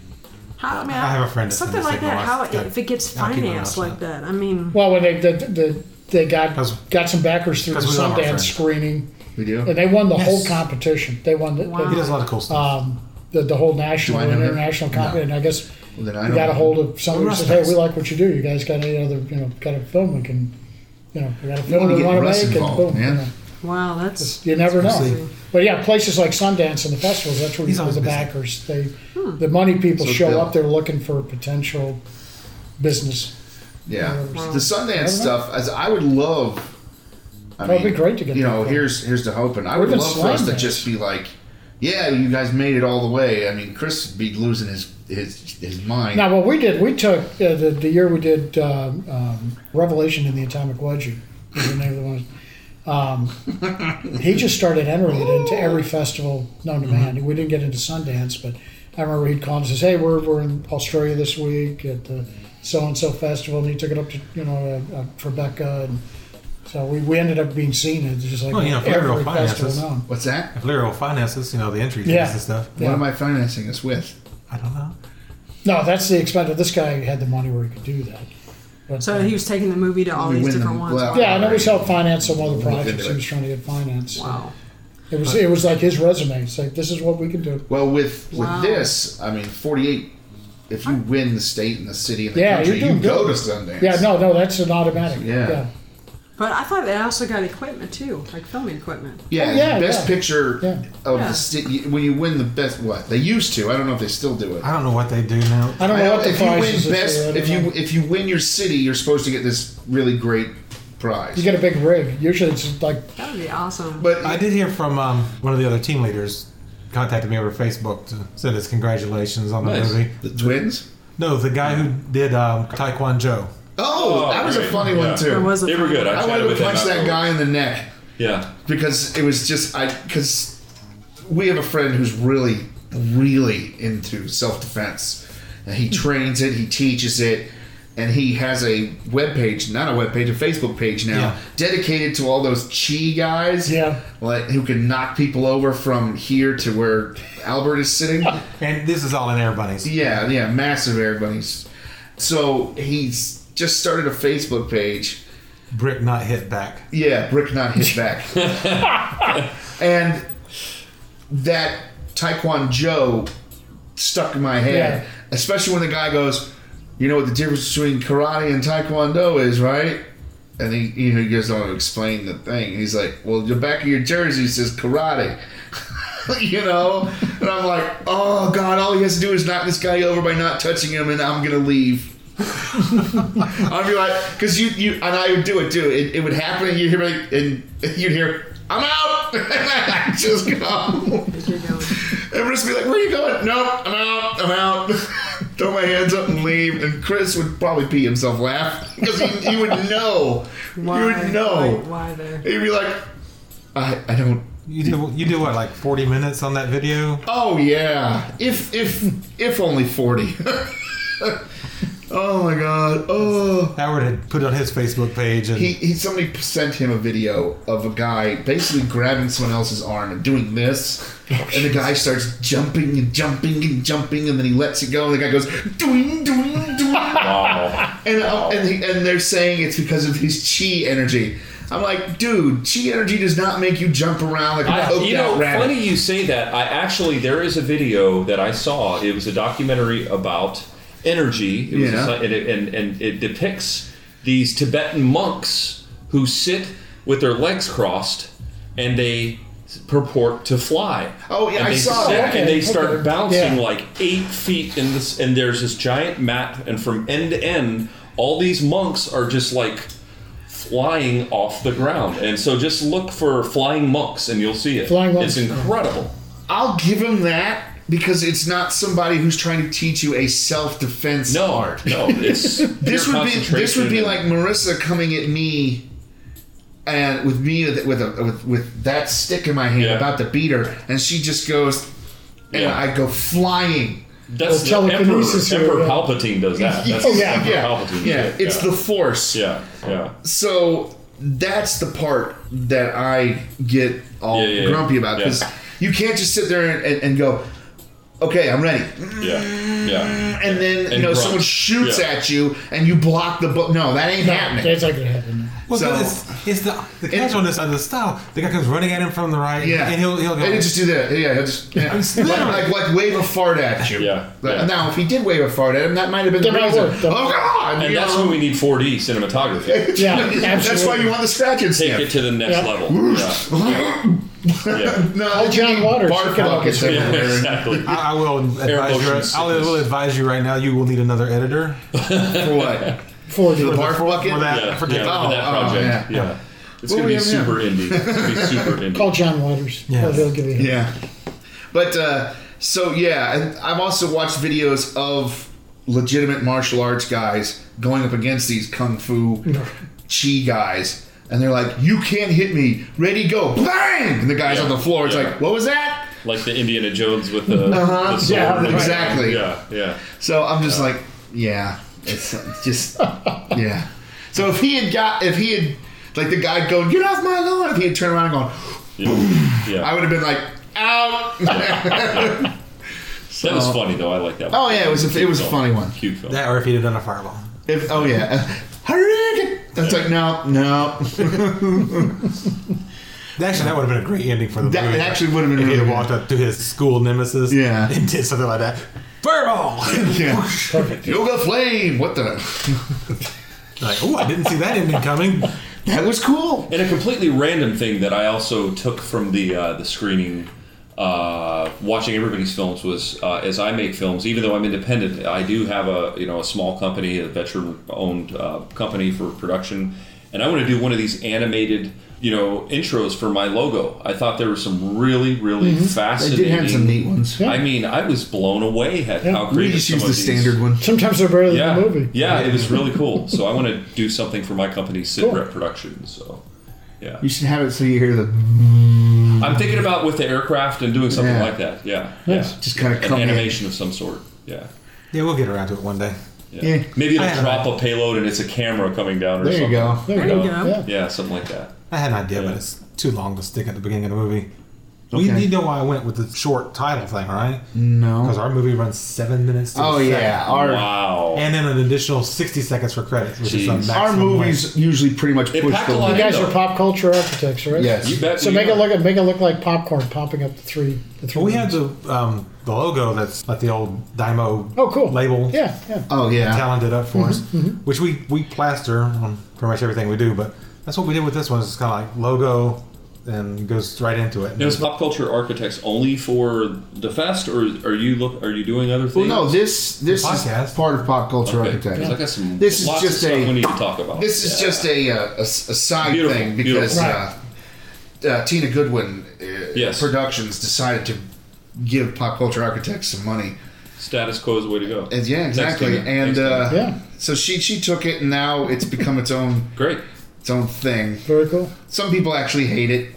How, I, mean, I have a friend that's Something in the like signal that. How life. if it gets I'll keep my mouth financed shut. like that? I mean, Well, when they the, the, they got 'Cause- got some backers through the 'cause we love our Sundance friends. screening, We and do. they won the Yes. whole competition. They won the, He Wow. does a lot of cool stuff. um, the, the whole national Do I and know him? international competition. And I guess Well, then I we don't got a know. hold of somebody who Russ said, "Hey, does. we like what you do. You guys got any other you know got a film we can." You know, we got a film wanna we get want to Russ make, involved, and boom, man. you, know, wow, that's you never crazy. know. But yeah, places like Sundance and the festivals, that's where He's Hmm. you get always the busy. backers. They, the money people So show Bill. up. They're looking for potential business. Yeah, Wow. the Sundance know. stuff. As I would love. I That'd be great to get You that know, for. here's here's the hope, and I would We've been love for us slammed to there. just be like, yeah, you guys made it all the way. I mean, Chris would be losing his his his mind. Now, what we did, we took uh, the, the year we did um, um, Revelation in the Atomic Wedgie. Was the name of the one. Um, he just started entering it into every festival known to Mm-hmm. man. We didn't get into Sundance, but I remember he'd call and says, "Hey, we're, we're in Australia this week at the so and so festival," and he took it up to you know uh, uh, Tribeca and So we, we ended up being seen as just like Well, you know, every federal festival finances. known. What's that? If Lyra finances, you know, the entry fees Uh, Yeah. and stuff. Yeah. What am I financing us with? I don't know. No, that's the expense. This guy had the money where he could do that. But, So he was taking the movie to all We these win different them. ones. Well, yeah, and it was help finance some other projects. into He it. was trying to get financed. Wow. It was it was like his resume. It's like this is what we can do. Well, with Wow. with this, I mean, forty eight. If you win the state and the city and the Yeah, country, you're you doing go to good. Sundance. Yeah, no, no, that's an automatic. Yeah. yeah. But I thought they also got equipment too, like filming equipment. Yeah, Oh, yeah, best yeah. picture Yeah. of Yeah. the city when you win the best. What they used to, I don't know if they still do it. I don't know what they do now. I don't I know know what the if you prize win is this best, year, I don't if you know. if you win your city, you're supposed to get this really great prize. you get a big rig. Usually it's like That would be awesome. but I did hear from um, one of the other team leaders contacted me over Facebook to send us congratulations on the Nice. movie. the twins. No, the guy who did um, Taekwondo. Oh, Oh, that was a great. funny Yeah. one too. It wasn't They were good. I, I chatted wanted with to them punch that afterwards. guy in the neck Yeah. because it was just I because we have a friend who's really really into self defense. And he trains it, he teaches it, and he has a web page, not a web page, a Facebook page now Yeah. dedicated to all those chi guys. Yeah. like, who can knock people over from here to where Albert is sitting. And this is all in Air Bunnies. Yeah, yeah, massive air bunnies. So he's just started a Facebook page. Brick not hit back. Yeah, brick not hit back. and that Taekwondo stuck in my head, Yeah. especially when the guy goes, "You know what the difference between karate and Taekwondo is, right?" And he, you know, he goes on to explain the thing. He's like, "Well, the back of your jersey says karate." you know, and I'm like, "Oh God! All he has to do is knock this guy over by not touching him, and I'm gonna leave." I'd be like, because you, you, and I would do it too. It, it would happen, and you'd hear, like, and you'd hear, I'm out! and I'd just go. You're going. Everyone just be like, where are you going? Nope, I'm out, I'm out. Throw my hands up and leave. And Chris would probably pee himself laugh because he, he would know. Why, you would know. Why, why there? He'd be like, I, I don't. You did you did what like forty minutes on that video? Oh yeah, if if if only forty. oh my god. Oh. Howard had put it on his Facebook page and He, he somebody sent him a video of a guy basically grabbing someone else's arm and doing this, and the guy starts jumping and jumping and jumping, and then he lets it go, and the guy goes doing doing doing, Wow. and uh, and, he, and they're saying it's because of his chi energy. I'm like, dude, chi energy does not make you jump around like a I, hoped you know, out rabbit. funny you say that. I actually there is a video that I saw. It was a documentary about energy. It was a Yeah. sci- and, it, and and it depicts these Tibetan monks who sit with their legs crossed and they purport to fly. Oh, yeah, and I they saw sit that. and Okay, they start okay. bouncing Yeah. like eight feet in this. And there's this giant map, and from end to end, all these monks are just like flying off the ground. And so just look for flying monks and you'll see it. Flying monks. It's incredible. I'll give him that because it's not somebody who's trying to teach you a self defense No, art. no, it's this pure would be this would be concentration. like Marissa coming at me and with me with with a, with, with that stick in my hand Yeah. about to beat her and she just goes and Yeah. I go flying. that's the Well, Emperor, telekinesis here, Emperor yeah. Palpatine does that. That's Oh, yeah. Emperor Yeah. Palpatine. Yeah, did it, it's yeah. the force. yeah, yeah. So that's the part that I get all Yeah, yeah, yeah. grumpy about because Yeah. you can't just sit there and, and, and go, okay, I'm ready. Yeah, yeah. And then you And know grunt. someone shoots Yeah. at you and you block the book. No, that ain't happening. that's like it happened. well, so- it's, it's the the casualness of the style. The guy comes running at him from the right, Yeah, and he'll he'll go. And just do that. Yeah, he'll just yeah. It's like, literally- like like wave a fart at you. Yeah, Like, yeah. Now, if he did wave a fart at him, that might have been the That might reason. work, Oh though. God! And you that's know. when we need 4D cinematography. Yeah, That's why absolutely. you want the scratch and Take it sniff. to the next Yeah. level. Yeah, yeah. no, Call you John need Waters. Barf Look it up. buckets Yeah. yeah everywhere. exactly. I, I will advise motion you. I sickness. will advise you right now. You will need another editor. For what? Four The D. barf for- bucket. for that. Yeah, yeah, for Forget- that oh, oh, yeah. project. yeah. It's What gonna we be have now? super indie. It's gonna be super Call indie. John Waters. Yeah. Oh, they'll give you. Yeah. But uh, so yeah, and I've also watched videos of legitimate martial arts guys going up against these kung fu chi guys. And they're like, "You can't hit me. Ready, go, bang!" And the guy's Yeah. on the floor. It's Yeah. like, "What was that?" Like the Indiana Jones with the, uh-huh. the sword. Yeah, and- exactly. Yeah, yeah. So um, I'm just like, "Yeah, it's uh, just yeah." So if he had got, if he had Like the guy going, "Get off my lawn!" If he had turned around and gone, Yeah. Yeah. I would have been like, "Out!" that was funny though. I like that. One. oh yeah, it was a, it was a Cute funny film. one. Cute film. That or if he'd have done a fireball. If oh yeah, hurricane. That's like no, no. Actually, that would have been a great ending for the That- movie. it actually would have been If he'd really have good. walked up to his school nemesis Yeah. and did something like that. Fireball! Yeah. Yoga flame. What the? like, oh, I didn't see that ending coming. That was cool. And a completely random thing that I also took from the uh, the screening, uh, watching everybody's films was uh, as I make films. Even though I'm independent, I do have a you know a small company, a veteran owned uh, company for production, and I want to do one of these animated you know intros for my logo. I thought there were some really really Mm-hmm. They fascinating. did have some neat ones. I mean, I was blown away at Yeah. how We creative just some used of the these- standard one. Sometimes they're better than Yeah, the movie. yeah, it was really cool. So I want to do something for my company, Sid Rep Productions. So, yeah. You should have it so you hear the I'm thinking about with the aircraft and doing something Yeah. like that. Yeah, Nice. yeah. just kind of An come in. animation of some sort. Yeah. Yeah, we'll get around to it one day. yeah. Yeah. Maybe I it'll had drop a payload and it's a camera coming down or There you something. go. There you you go. go. Yeah. Yeah, something like that. I had an idea, Yeah. but it's too long to stick at the beginning of the movie. We Okay. need to know why I went with the short title thing, right? Because No. our movie runs seven minutes. To a Oh second. yeah, our Wow. and then an additional sixty seconds for credits, which is the Jeez. maximum. our movies usually pretty much It push packed the a lot You limit. guys are pop culture architects, right? Yes. you bet. So we make are. it look make it look like popcorn popping up the three. The three Well, we had buttons. the um, the logo that's like the old Dymo. Oh, cool. Label. Yeah, yeah. Oh yeah. Talon did up for us, Mm-hmm, which we we plaster on pretty much everything we do. But that's what we did with this one. It's kind of like logo, and goes right into it. It was pop culture architects only for the fest, or are you look? Are you doing other Well, things? no, this this is Podcast. part of pop culture Okay, 'cause I architecture. got some. This is lots just of stuff a- we need to talk about. This is Yeah. just a uh, a, a side Beautiful, thing because beautiful. uh, uh, Tina Goodwin uh, Yes. Productions decided to give pop culture architects some money. status quo is the way to go. And Uh, yeah, Thanks, exactly. Tina. and Thanks, Tina. uh, Yeah. so she she took it, and now it's become its own great. its own thing. Very cool. Some people actually hate it.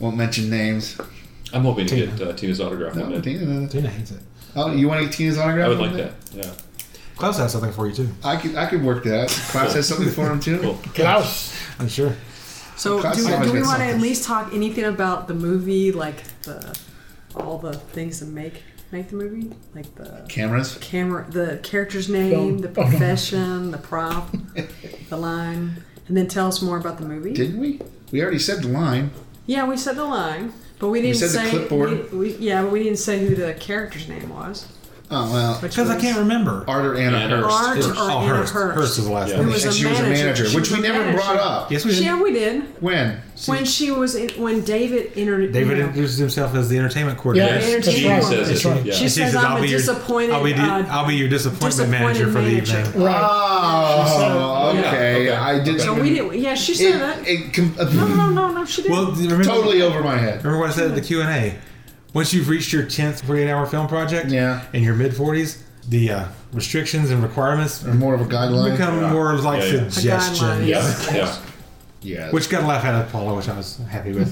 Won't mention names. Oh, I'm hoping to get uh, Tina's autograph No, one day. Tina, Tina hates it. oh, you want to get Tina's autograph? I would on like it? that. Yeah. Klaus has something for you too. I could I could work that. out. Klaus has something for him too. Cool. Klaus. I'm sure. So Class do, size do we means want to something. at least talk anything about the movie, like the all the things that make make the movie, like the Cameras. camera, the character's name, Film. the Oh, no. profession, the prop, the line, and then tell us more about the movie. Didn't we? We already said the line. yeah, we said the line, but we didn't said the say clipboard. We, we, yeah, but we didn't say who the character's name was. Oh well. Which Because I was- can't remember. Arthur Anna Anna Hurst. Art Hurst. or Oh, Anna Hurst. Hurst. Hurst is the last Yeah. It name. And was a she was manager. a manager, She which was we a never manager. brought up. Yes, we did. Yeah, we did. When? When she was in, when David entered, David you know, introduced himself as the entertainment coordinator. Yeah. Yes, That's Gene right. says That's it. right. Yeah. She says, "I'm a your- disappointed, I'll be, di- uh, I'll be your disappointment, disappointed manager for manager." the evening." Right. Oh, Yeah, okay. okay. I didn't. So even- we did. Yeah, she said that. It, it com- uh, no, no, no, no, she didn't. Well, do you remember, totally over my head. remember what I said at the Q and A. Once you've reached your tenth 48-hour film project, Yeah. in your mid 40s, the uh, restrictions and requirements Or more of a guideline. become more like Yeah, yeah. suggestions. Yeah. Yeah. yeah. Which got a laugh out of Paula, which I was happy with.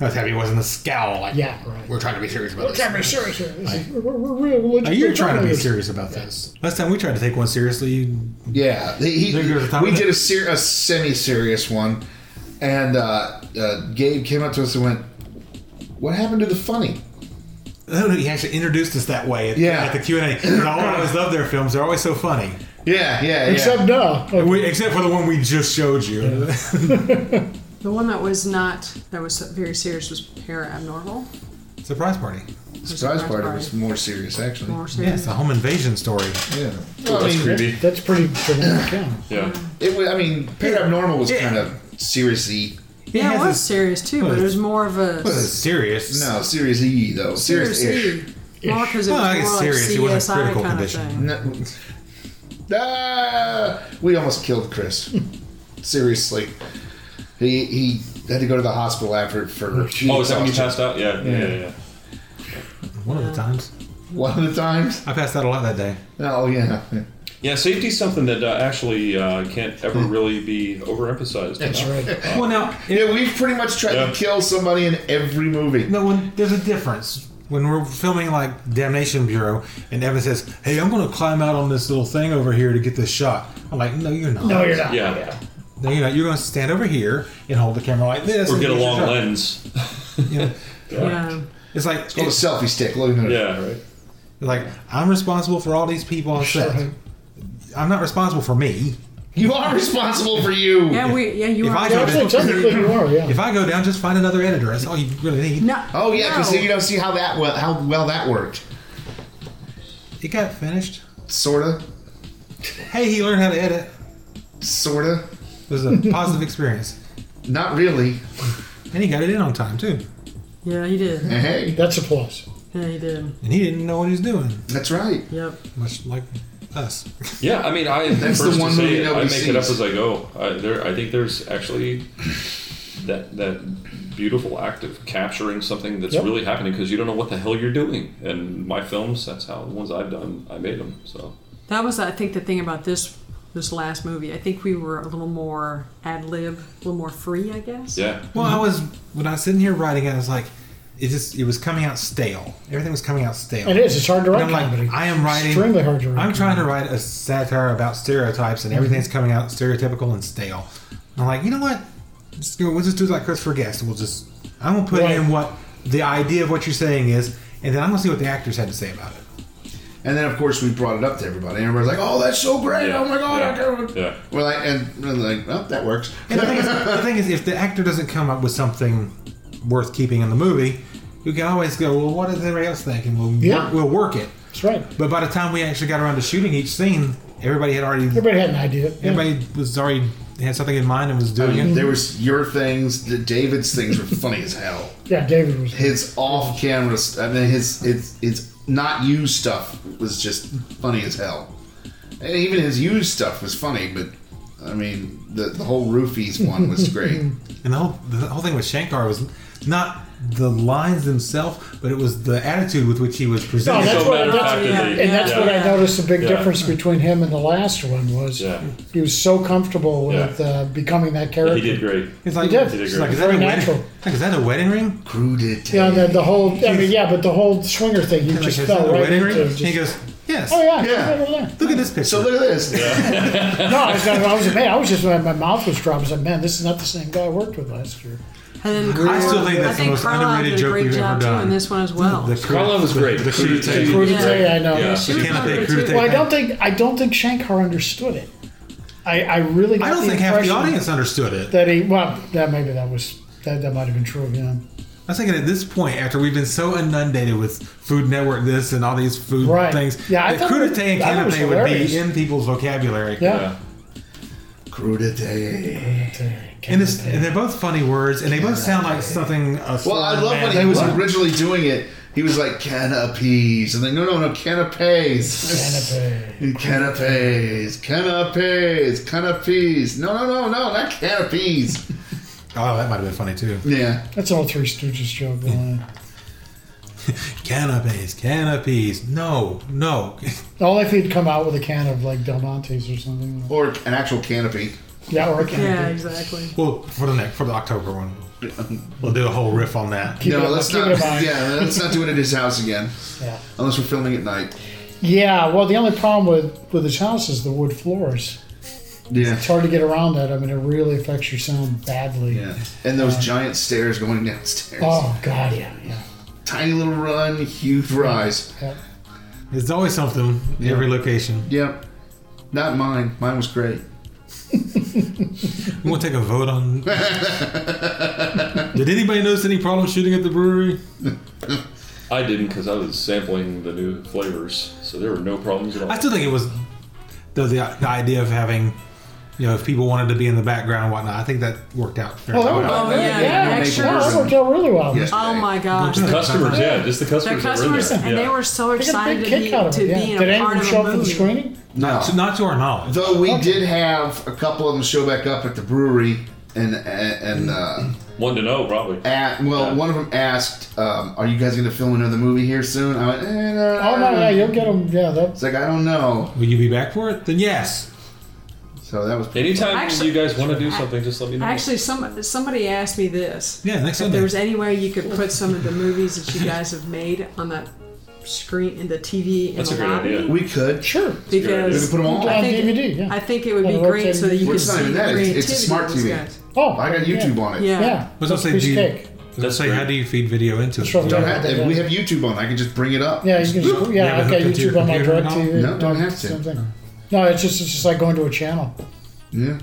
I was happy it wasn't a scowl. Like, Yeah, right. we're trying to be serious about this. Can't be serious here. This is- we're- we're- we're a religious Are you trying to be company. serious about this? Last time we tried to take one seriously, you yeah. He, he- There goes the time we of it. did a, ser- a semi-serious one, and uh, uh, Gabe came up to us and went, "What happened to the funny?" No, no, he actually introduced us that way at, Yeah. at the Q and A. And I always love their films; they're always so funny, Yeah, yeah, yeah. Except no. And we, except for the one we just showed you. the one that was not that was very serious was para abnormal. Surprise party! surprise part of it was more serious, actually. More Yeah, serious. it's a home invasion story. Yeah. I That's mean, creepy. That's pretty dramatic. Yeah. Yeah. It was, I mean, Paranormal was Yeah. kind of seriously. Yeah, it has was serious too, but it was more of a This is serious. No, seriously though. Seriously. serious More because it Well, I was guess more serious, it like wasn't CSI critical kind condition. of thing. No. Ah, we almost killed Chris. Seriously, he he had to go to the hospital after for. Oh, is that when you passed out? Yeah. Yeah. Yeah. yeah. One of the times One of the times. I passed out a lot that day. Oh yeah, Yeah, safety's something that uh, actually uh, can't ever really be overemphasized. That's right. Well, now it, yeah. We've pretty much tried Yeah. to kill somebody in every movie. no, when, there's a difference when we're filming like Damnation Bureau, and Evan says, "Hey, I'm going to climb out on this little thing over here to get this shot." I'm like, "No, you're not. No, you're not. Yeah. Now, you know, you're going to stand over here and hold the camera like this. Or and get a use your long shot. lens. You know, Yeah. it's like it's, Called a Oh, selfie stick. Let me know. Yeah, right. like I'm responsible for all these people on set. I'm not responsible for me. You are responsible for you. Yeah, we, yeah, you If are. I go Actually, down, technically you are, yeah. if I go down, just find another editor. That's all you really need. no, Oh yeah, because no. you don't see how that well how well that worked. It got finished. Sorta, Hey, he learned how to edit. sorta, It was a positive experience, not really. and he got it in on time too. Yeah, he did. Hey, That's a plus. Yeah, he did. And he didn't know what he was doing, that's right. Yep. much like us. Yeah, I mean, I am That's the first one to movie say it. I nobody make it up sees. as I go. I, there, I think there's actually that that beautiful act of capturing something that's Yep. really happening because you don't know what the hell you're doing. And my films, that's how the ones I've done, I made them. So That was, I think, the thing about this this last movie. I think we were a little more ad lib, a little more free, I guess. yeah, Well, I was when I was sitting here writing it, I was like, it just it was coming out stale. Everything was coming out stale. It is. It's hard to And write I'm like, comedy. I am writing. Extremely hard to write. Mm-hmm. I'm trying to write a satire about stereotypes, and everything's coming out stereotypical and stale. I'm like, you know what? Just go. We'll just do like Christopher Guest. We'll just. I'm gonna put Right. in what the idea of what you're saying is, and then I'm gonna see what the actors had to say about it. And then of course we brought it up to everybody, and everybody's like, "Oh, that's so great! Yeah. Oh my god!" I Yeah. can't-" Yeah. We're like, and we're like, "Well, that works." And the thing, is, the thing is, if the actor doesn't come up with something worth keeping in the movie, you can always go, well, what does everybody else think? And we'll, Yeah. work, we'll work it. That's right. But by the time we actually got around to shooting each scene, everybody had already Everybody had an idea. Yeah. everybody was already had something in mind and was I doing mean, it. there was your things. the- David's things were funny as hell. Yeah, David was. His off-camera, st- I mean, his his his not used stuff was just funny as hell. And even his used stuff was funny, but I mean, the the whole roofies one was great. And the whole the whole thing with Shankar was not the lines themselves, but it was the attitude with which he was presenting. that's So what- matter of that's- fact, yeah. that they- And that's yeah. what I noticed the big Yeah. difference between him and the last one was Yeah. he was so comfortable with Yeah. uh, becoming that character. he did great. it's like, He did. it's He did like, great. is that a Very wedding? natural. It's like, is that a wedding ring? Crudité. Yeah, and then the whole. I mean, yeah, but the whole swinger thing, you Like, just is that fell a right wedding ring? into. And it. he Just, goes, yes. oh yeah, Yeah. yeah. Right over there. Look at this picture. So look at this. No, I was, I was amazed. I was just my mouth was dropped. I was like, man, this is not the same guy I worked with last year. And then Carla, still think that's the most Carla underrated did a joke great we've job ever too done. in this one as well. The cru- Carlin was the- great. The crudité. Crudité. Crudité, Yeah. I know. Yeah. she The was canapé great, crudité. too. Well, I don't think I don't think Shankar understood it. I, I really. Got I don't the think half the impression audience understood it. that he. Well, that maybe that was that, that might have been true. Yeah. I was thinking at this point, after we've been so inundated with Food Network this and all these food Right. things, Yeah, I the thought it was- crudité and I thought it was canapé would hilarious. be in people's vocabulary. Yeah. Crudité. And, it's, and they're both funny words, and they both sound like something. A Well, I foreign love man when he was would- originally doing it. He was like canapes, and then no, no, no, canapes, Canapé. canapes, canapes, canapes. No, no, no, no, not canapes. Oh, that might have been funny too. Yeah, That's an old Three Stooges joke. the line. Canapes, canapes. No, no. Only if he'd come out with a can of like Del Monte's or something. or an actual canopy. Yeah, or a can. Yeah, Yeah. exactly. well, for the next, for the October one, we'll do a whole riff on that. it No, up, let's keep not. it alive. Yeah, let's not do it at his house again, yeah. unless we're filming at night. Yeah. Well, the only problem with with his house is the wood floors. Yeah, It's hard to get around that. I mean, it really affects your sound badly. yeah, and those giant stairs going downstairs. Oh God. Yeah. Yeah. Tiny little run, huge rise. yeah. There's always something in every location. Yep, not mine. Mine was great. We'll take a vote on. Did anybody notice any problem shooting at the brewery? I didn't because I was sampling the new flavors, so there were no problems at all. I still think it was the, the, the idea of having, you know, if people wanted to be in the background and whatnot, I think that worked out fairly Oh, that well. worked- Oh, yeah, yeah, extra. No, that worked Yesterday. out really well. Oh my gosh. Don't The do customers, yeah, just the the customers. that were in customers, there. and Yeah. they were so They got a excited to big kick be, out of to it. Yeah. be Did a part anyone of show a up for the movie. screening? No. To- Not to our knowledge. Though we did have a couple of them show back up at the brewery, and and uh, Wanted to know, probably. at, well, Yeah. one of them asked, um, "Are you guys going to film another movie here soon?" I went, eh, no, Oh no, yeah, you'll get them. Yeah, that, It's like I don't know. Will you be back for it? Then yes. So that was Anytime Actually- you guys want to do something, just let me know. Actually, some, somebody asked me this. Yeah, if next Sunday. there's any way you could put some of the movies that you guys have made on that screen in the TV in That's the a great lobby idea. We could. Sure. idea. because We could put them all Put it I on. on think- DVD. Yeah. I think it would be Well, great so that you Well, could it's not see even the that, it's- it's a creativity smart of these TV. guys. Oh, I got YouTube yeah. on it. Yeah. Yeah, But let's piece say, of do you, cake. let's say, great. how do you feed video into it? Sure. Yeah. Don't have, if we have YouTube on, I can just bring it up. Yeah, you can just, yeah, Yeah, I've but got hook it to your YouTube on my computer direct and all? TV. No, don't have to. Same thing. No, it's just it's just like going to a channel. Yeah.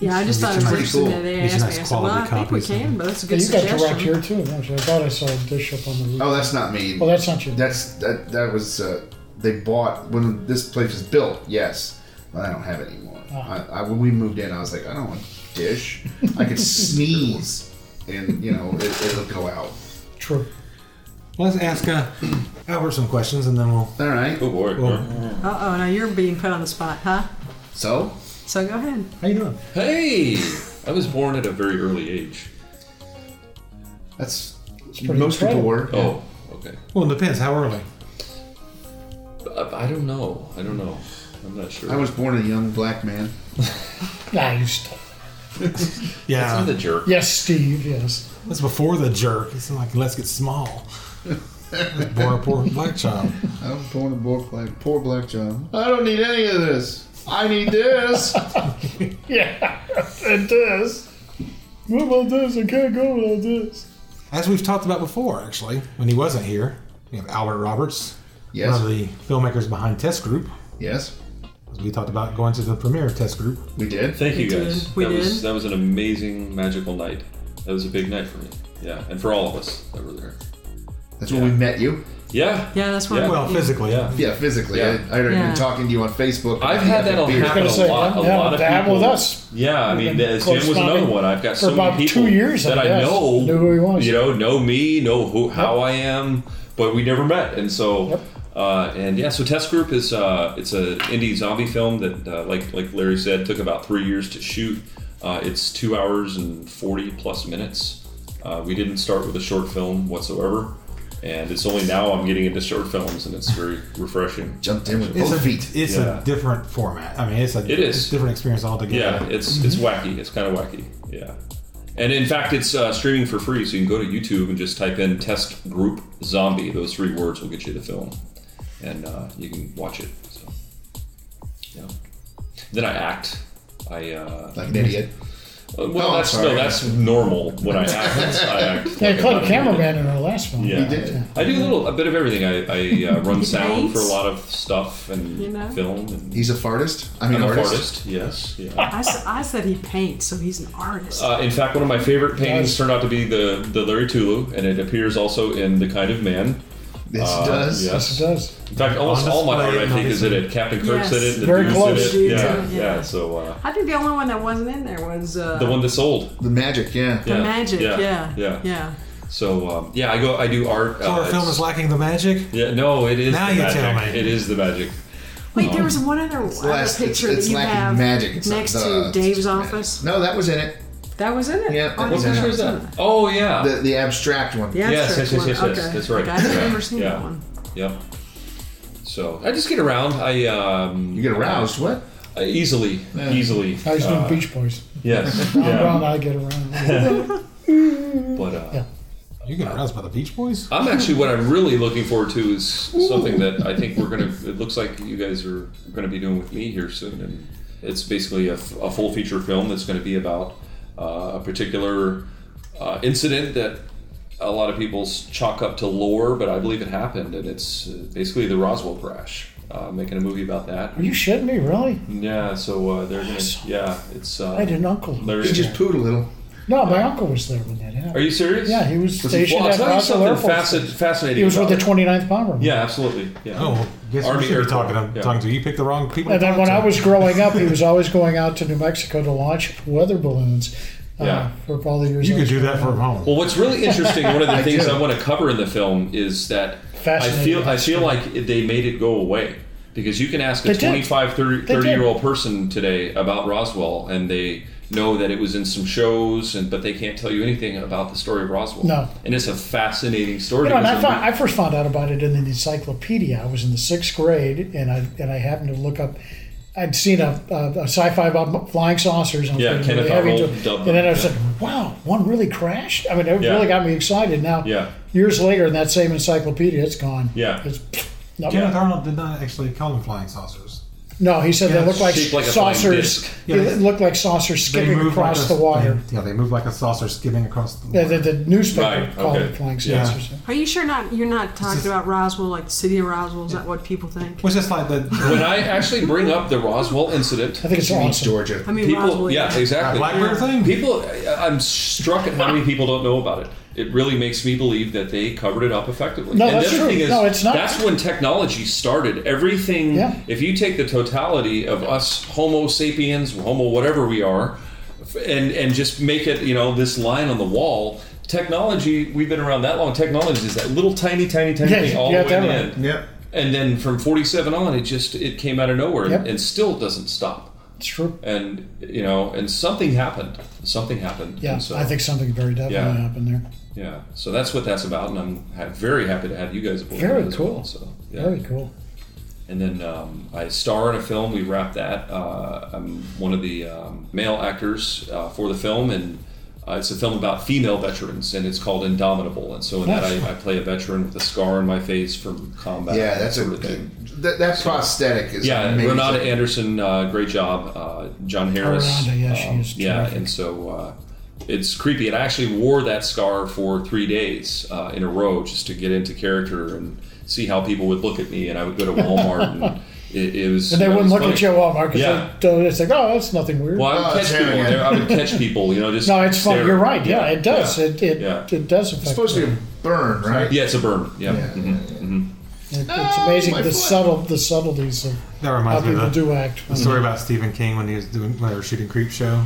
Yeah, I just thought it was Pretty interesting cool. that they These are asked nice me. I said, well, I quality think we copies, can, but that's a Yeah, good you got direct suggestion. here too. don't you? I thought I saw a dish up on the roof. Oh, that's not me. Well, that's not you. That's that. That was uh, they bought when this place was built. Yes, but I don't have it anymore. Ah. I, I, when we moved in, I was like, I don't want dish. I could sneeze, and you know, it, it'll go out. True. Let's ask uh, Albert some questions and then we'll. All right. Oh boy. we'll Uh oh, now you're being put on the spot, huh? So So go ahead. how you doing? Hey, I was born at a very early age. that's pretty most people incredible. were. Oh, okay. Well, it depends. How early? I, I don't know. I don't know. I'm not sure. I was born a young black man. Nah, you stop. I'm Yeah, the jerk. Yes, Steve. Yes. that's before the jerk. It's like let's get small. Poor, poor black child. I was born a poor black, poor black child. I don't need any of this. I need this. Yeah. it does. What about this? I can't go without this. As we've talked about before, actually, when he wasn't here, we have Albert Roberts, one of yes. the filmmakers behind Test Group. Yes. As we talked about going to the premiere of Test Group. We did. Thank you We did. guys. We that was did. that was an amazing magical night. That was a big night for me. Yeah, and for all of us that were there. That's when we met you. Yeah. Yeah, that's what Yeah. I'm- Well, physically, Yeah. Yeah, physically. Yeah. I, I remember Yeah. talking to you on Facebook. about I've had the that all beer. happen a Gonna say, lot. A yeah, lot of that people. with us. Yeah, I been mean, that- Jim was another corresponding one. I've got for so many about people two years, I that I guess. know, Knew who he was. you know, know me, know who, how I am, but we never met, and so. Uh, and yeah, so Test Group is uh, it's a indie zombie film that, uh, like like Larry said, took about three years to shoot. Uh, it's two hours and forty plus minutes. Uh, we didn't start with a short film whatsoever, and it's only now I'm getting into short films, and it's very refreshing. Jumped in with It's both a feet. It's Yeah. a different format. I mean, it's a It is. it's a different experience altogether. Yeah, it's it's Mm-hmm. wacky. It's kind of wacky. Yeah, and in fact, it's uh, streaming for free, so you can go to YouTube and just type in "test group zombie." Those three words will get you the film, and uh, you can watch it. So, yeah. Then I act. I uh, like an idiot. well, Oh, I'm that's sorry. no, that's normal when I act. I act. Yeah, like I caught a I'm not an idiot. cameraman in our last one. Yeah, He did. I do a little, a bit of everything. I, I uh, run sound paints. for a lot of stuff and You know? film. And He's a fartist. I mean, I'm an artist. artist. Yes. Yeah. I, s- I said he paints, so he's an artist. Uh, in fact, one of my favorite paintings Nice. turned out to be the the Larry Tulu, and it appears also in The Kind of Man. This Uh, does. It Yes. does. In fact, almost On all my art, display I in think, is in Madison. it. Captain Kirk's in Yes. it. The Very Dude's close. In it. Dude's Yeah, in it, yeah. yeah. So uh, I think the only one that wasn't in there was uh, the one that sold. The magic, yeah. the yeah, magic. Yeah. Yeah. Yeah. So um, yeah, I go. I do art. So our uh, film it's- is lacking the magic. Yeah. No, it is. Now the you magic. tell me. It is the magic. Wait, Oh. there was one other, other last- it's- picture it's that you lacking have magic. It's next not to the- Dave's office. No, that was in it. That was in it. Yeah, Oh, I that was didn't in know it. was in it. Oh yeah. The, the abstract one. The Yes, yes, abstract yes, yes, one. yes. Okay. That's right. Like, I've Yeah. never seen Yeah. that one. yep. So I just get around. I um, You get aroused. What? easily, easily. I was doing uh, Beach Boys. Yes. Round, yeah. round, I get around. But uh, Yeah. You get aroused by the Beach Boys. I'm actually what I'm really looking forward to is something that I think we're gonna. It looks like you guys are gonna be doing with me here soon, and it's basically a, f- a full feature film that's gonna be about uh, a particular uh, incident that a lot of people s- chalk up to lore, but I believe it happened, and it's uh, basically the Roswell crash. Uh, making a movie about that. Are you shitting me? Really? Yeah, so uh, they're gonna. Yeah, it's. Uh, I had an uncle. who- Larry- You just pooed a little. No, my uncle was there when that happened. Are you serious? Yeah, he was stationed well, I'll at tell you Roswell Air something Force. fascin- Base. fascinating. He was with about the it. 29th Bomber. Yeah, absolutely. Yeah. Oh, well, guess Army we should Air be talking Corps, to, yeah. talking to you. Picked the wrong people. And to then talk when to. I was growing up, he was always going out to New Mexico to launch weather balloons. Uh, Yeah. For all the years. I you could was do growing that from up. home. Well, what's really interesting, one of the things do. I want to cover in the film is that I Fascinating. feel I feel like they made it go away because you can ask a They did. 25, 30, They did. year old person today about Roswell and they know that it was in some shows and but they can't tell you anything about the story of Roswell. No. And it's a fascinating story. You know, and I, because found, I first found out about it in an encyclopedia. I was in the sixth grade, and I and I happened to look up. I'd seen a, a, a sci-fi about flying saucers. And I was Yeah, thinking, Kenneth really having Arnold to- dubbed And then I them, said, "Wow, one really crashed." I mean, it Yeah. really got me excited. Now, Yeah. Years later, in that same encyclopedia, it's gone. Yeah. It's, no, Kenneth Arnold did not actually call them flying saucers. no, he said Yeah, they look like, shaped like a flying saucers. disc. Yeah. It looked like saucers skipping across like a- the water. Yeah, they move like a saucer skimming across the The, water. the, the newspaper Right, called okay. it flying Yeah. saucers. Are you sure not? You're not talking just- about Roswell, like the city of Roswell. Is that what people think? Which is like the When I actually bring up the Roswell incident, I think it's Meets awesome. Georgia. I mean, people, Roswell. yeah, exactly. Blackbird thing. People, I- I'm struck at how many people don't know about it. It really makes me believe that they covered it up effectively. No, and that's the other true. thing is, No, it's not. that's when technology started. Everything, Yeah. if you take the totality of us Homo sapiens, Homo whatever we are, and and just make it, you know, this line on the wall. Technology, we've been around that long. Technology is that little tiny, tiny, tiny Yeah, thing all you the got way that right. in. Yep. And then from 47 on, it just it came out of nowhere Yep. and, and still doesn't stop. It's true. And you know, and something happened. Something happened. Yeah, And so, I think something very definitely Yeah. happened there. Yeah. So that's what that's about, and I'm ha- very happy to have you guys aboard. Very as cool. well, so yeah. Very cool. And then um, I star in a film. We wrap that. Uh, I'm one of the um, male actors uh, for the film, and uh, it's a film about female veterans, and it's called Indomitable. And so in that, I, I play a veteran with a scar on my face from combat. Yeah, and that's a sort of thing. that, that prosthetic is Uh, Yeah, amazing. Renata Anderson, uh, great job. Uh, John Harris. Renata, yeah, she um, is yeah, terrific. and so uh, it's creepy. And I actually wore that scar for three days uh, in a row just to get into character and see how people would look at me. And I would go to Walmart and it, it was. And they it wouldn't was look funny. at you at Walmart because Yeah. it's like, oh, that's nothing weird. Well, I Oh, would catch it's people. him, yeah. I would catch people. You know, just no, it's fun. stare. You're right. Yeah, it does. It it, Yeah. it does affect. It's supposed to be a burn, right? Yeah, it's a burn. Yeah. Yeah. Mhm. you. It- it's amazing Ah, my the foot. subtle the subtleties of that how reminds me people of the, do act. the story about Stephen King when he was doing when they were shooting Creep Show.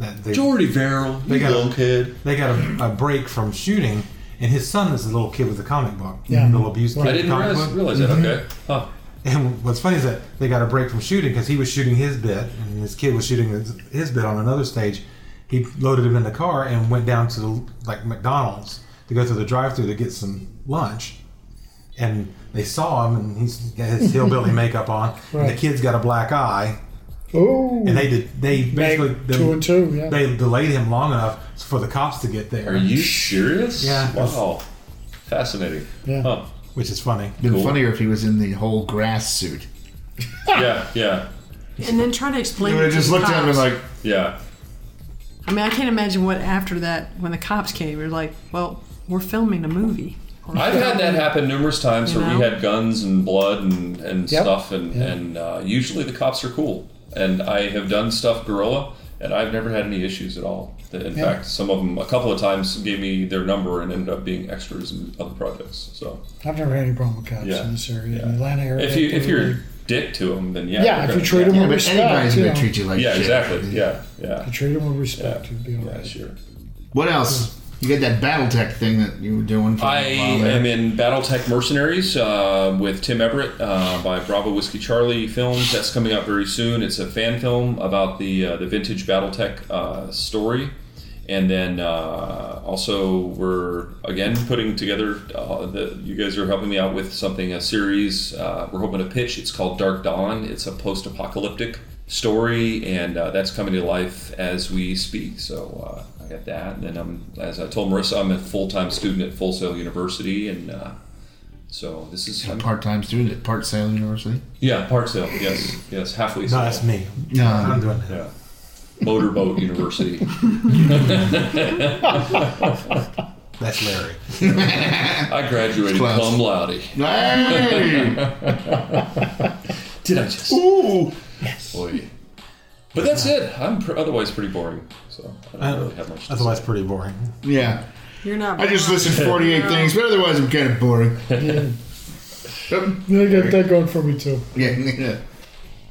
That they Jordy Verrill, you They got- little kid. they got a, a break from shooting, and his son is a little kid with a comic book. Yeah. a little abused kid I with a didn't comic realize, book. Mm-hmm. realize that. Okay. Huh. And what's funny is that they got a break from shooting because he was shooting his bit, and this kid was shooting his, his bit on another stage. He loaded him in the car and went down to the, like McDonald's to go through the drive-through to get some lunch. And they saw him, and he's got his hillbilly makeup on, and the Right. kid's got a black eye. Ooh, And they did they basically they, two and two. Yeah, they delayed him long enough for the cops to get there, Are you serious? Yeah. Wow. Fascinating. Yeah. Huh. which is funny. It'd been Cool. funnier if he was in the whole grass suit. Ah. Yeah. Yeah. And then try to explain. You would it have to just the looked at him and cops. like, Yeah. I mean, I can't imagine what after that when the cops came. You're like, well, we're filming a movie. Or- I've had that happen numerous times You where we know? had guns and blood and, and Yep. stuff, and, and uh, usually the cops are cool. And I have done stuff guerrilla, and I've never had any issues at all. In Yeah. fact, some of them, a couple of times, gave me their number and ended up being extras in other projects. So I've never had any problem with cops Yeah. in this area, Yeah. in the Atlanta area. if you if you're a particularly. dick to them, then yeah, Yeah, they're if gonna- you treat 'em- yeah. yeah, but Respect, anybody's you gonna know. treat you like yeah, shit. exactly, yeah, yeah, you treat them with respect, you'd be all yeah, right. sure. What else? You got that BattleTech thing that you were doing. For I a while there. am in Battletech Mercenaries uh, with Tim Everett uh, by Bravo Whiskey Charlie Films. That's coming out very soon. It's a fan film about the uh, the vintage Battletech uh, story, and then uh, also we're again putting together. Uh, the, you guys are helping me out with something a series. Uh, we're hoping to pitch. It's called Dark Dawn. It's a post apocalyptic story, and uh, that's coming to life as we speak. So uh, I got that, and then I'm, as I told Marissa, I'm a full time student at Full Sail University, and uh, so this is I'm- part-time student at Part Sale University. yeah, part sail, yes, yes, halfway No, sail, that's me. No, I'm doing that. yeah, motorboat university. That's Larry. I graduated Class. cum laude. hey, Did I just? Ooh, yes. Oy. But that's it. I'm pr- otherwise pretty boring, so I don't really have much. To Otherwise, pretty boring. yeah. You're not. I just listened to 48 things, but otherwise I'm kind of boring. Um, They got that going for me too. yeah, yeah.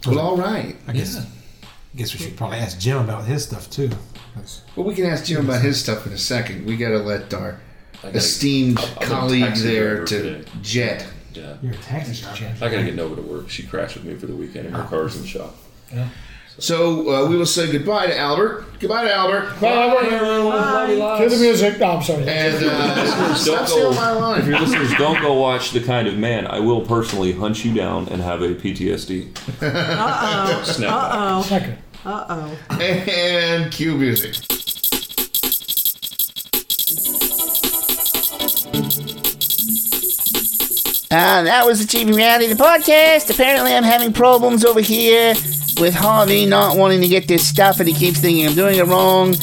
Well, all right. I guess. I guess we should probably ask Jim about his stuff too. That's- Well, we can ask Jim about his stuff in a second. We got to let our I gotta- esteemed I'm a colleague taxi there driver to today. jet. Yeah. You're a taxi driver. uh, I gotta get Nova to work. She crashed with me for the weekend, and her car's in the shop. So uh, we will say goodbye to Albert. Goodbye to Albert. Hear the music. No, I'm sorry. And uh, stop Don't stealing my go, if line. your listeners don't go watch The Kind of Man, I will personally hunt you down and have a PTSD. Uh-oh. Snap. Uh-oh. It's not good. And cue music. Uh, that was the Achieving Reality, the podcast. Apparently, I'm having problems over here with Harvey not wanting to get this stuff, and he keeps thinking I'm doing it wrong.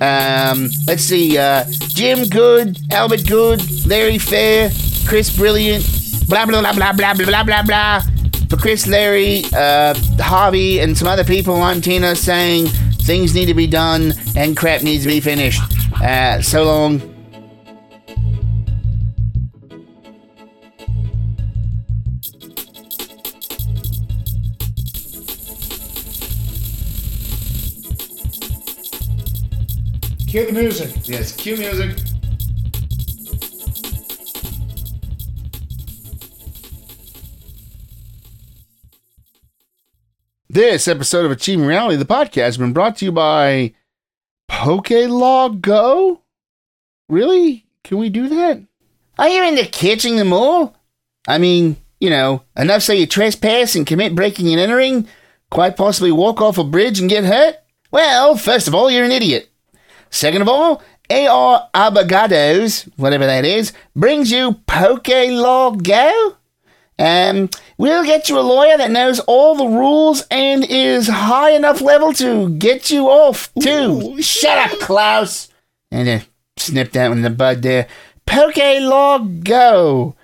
Um, let's see. Uh, Jim Good, Albert Good, Larry Fair, Chris Brilliant, blah, blah, blah, blah, blah, blah, blah, blah, blah. For Chris, Larry, uh, Harvey, and some other people, I'm Tina saying things need to be done and crap needs to be finished. Uh, so long. Cue the music. Yes, cue music. This episode of Achieving Reality, the podcast, has been brought to you by Pokelaw Go. Really? Can we do that? Are you into catching them all? I mean, you know, enough say you trespass and commit breaking and entering, quite possibly walk off a bridge and get hurt? Well, first of all, you're an idiot. Second of all, AR Abogados, whatever that is, brings you Pokelaw Go? Um, we'll get you a lawyer that knows all the rules and is high enough level to get you off, too. Shut up, Klaus! And uh, snip that one in the bud there. Poke log go.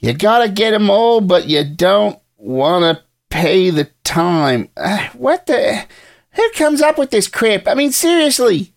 You gotta get 'em all, but you don't wanna pay the time. Uh, what the? Who comes up with this crap? I mean, seriously.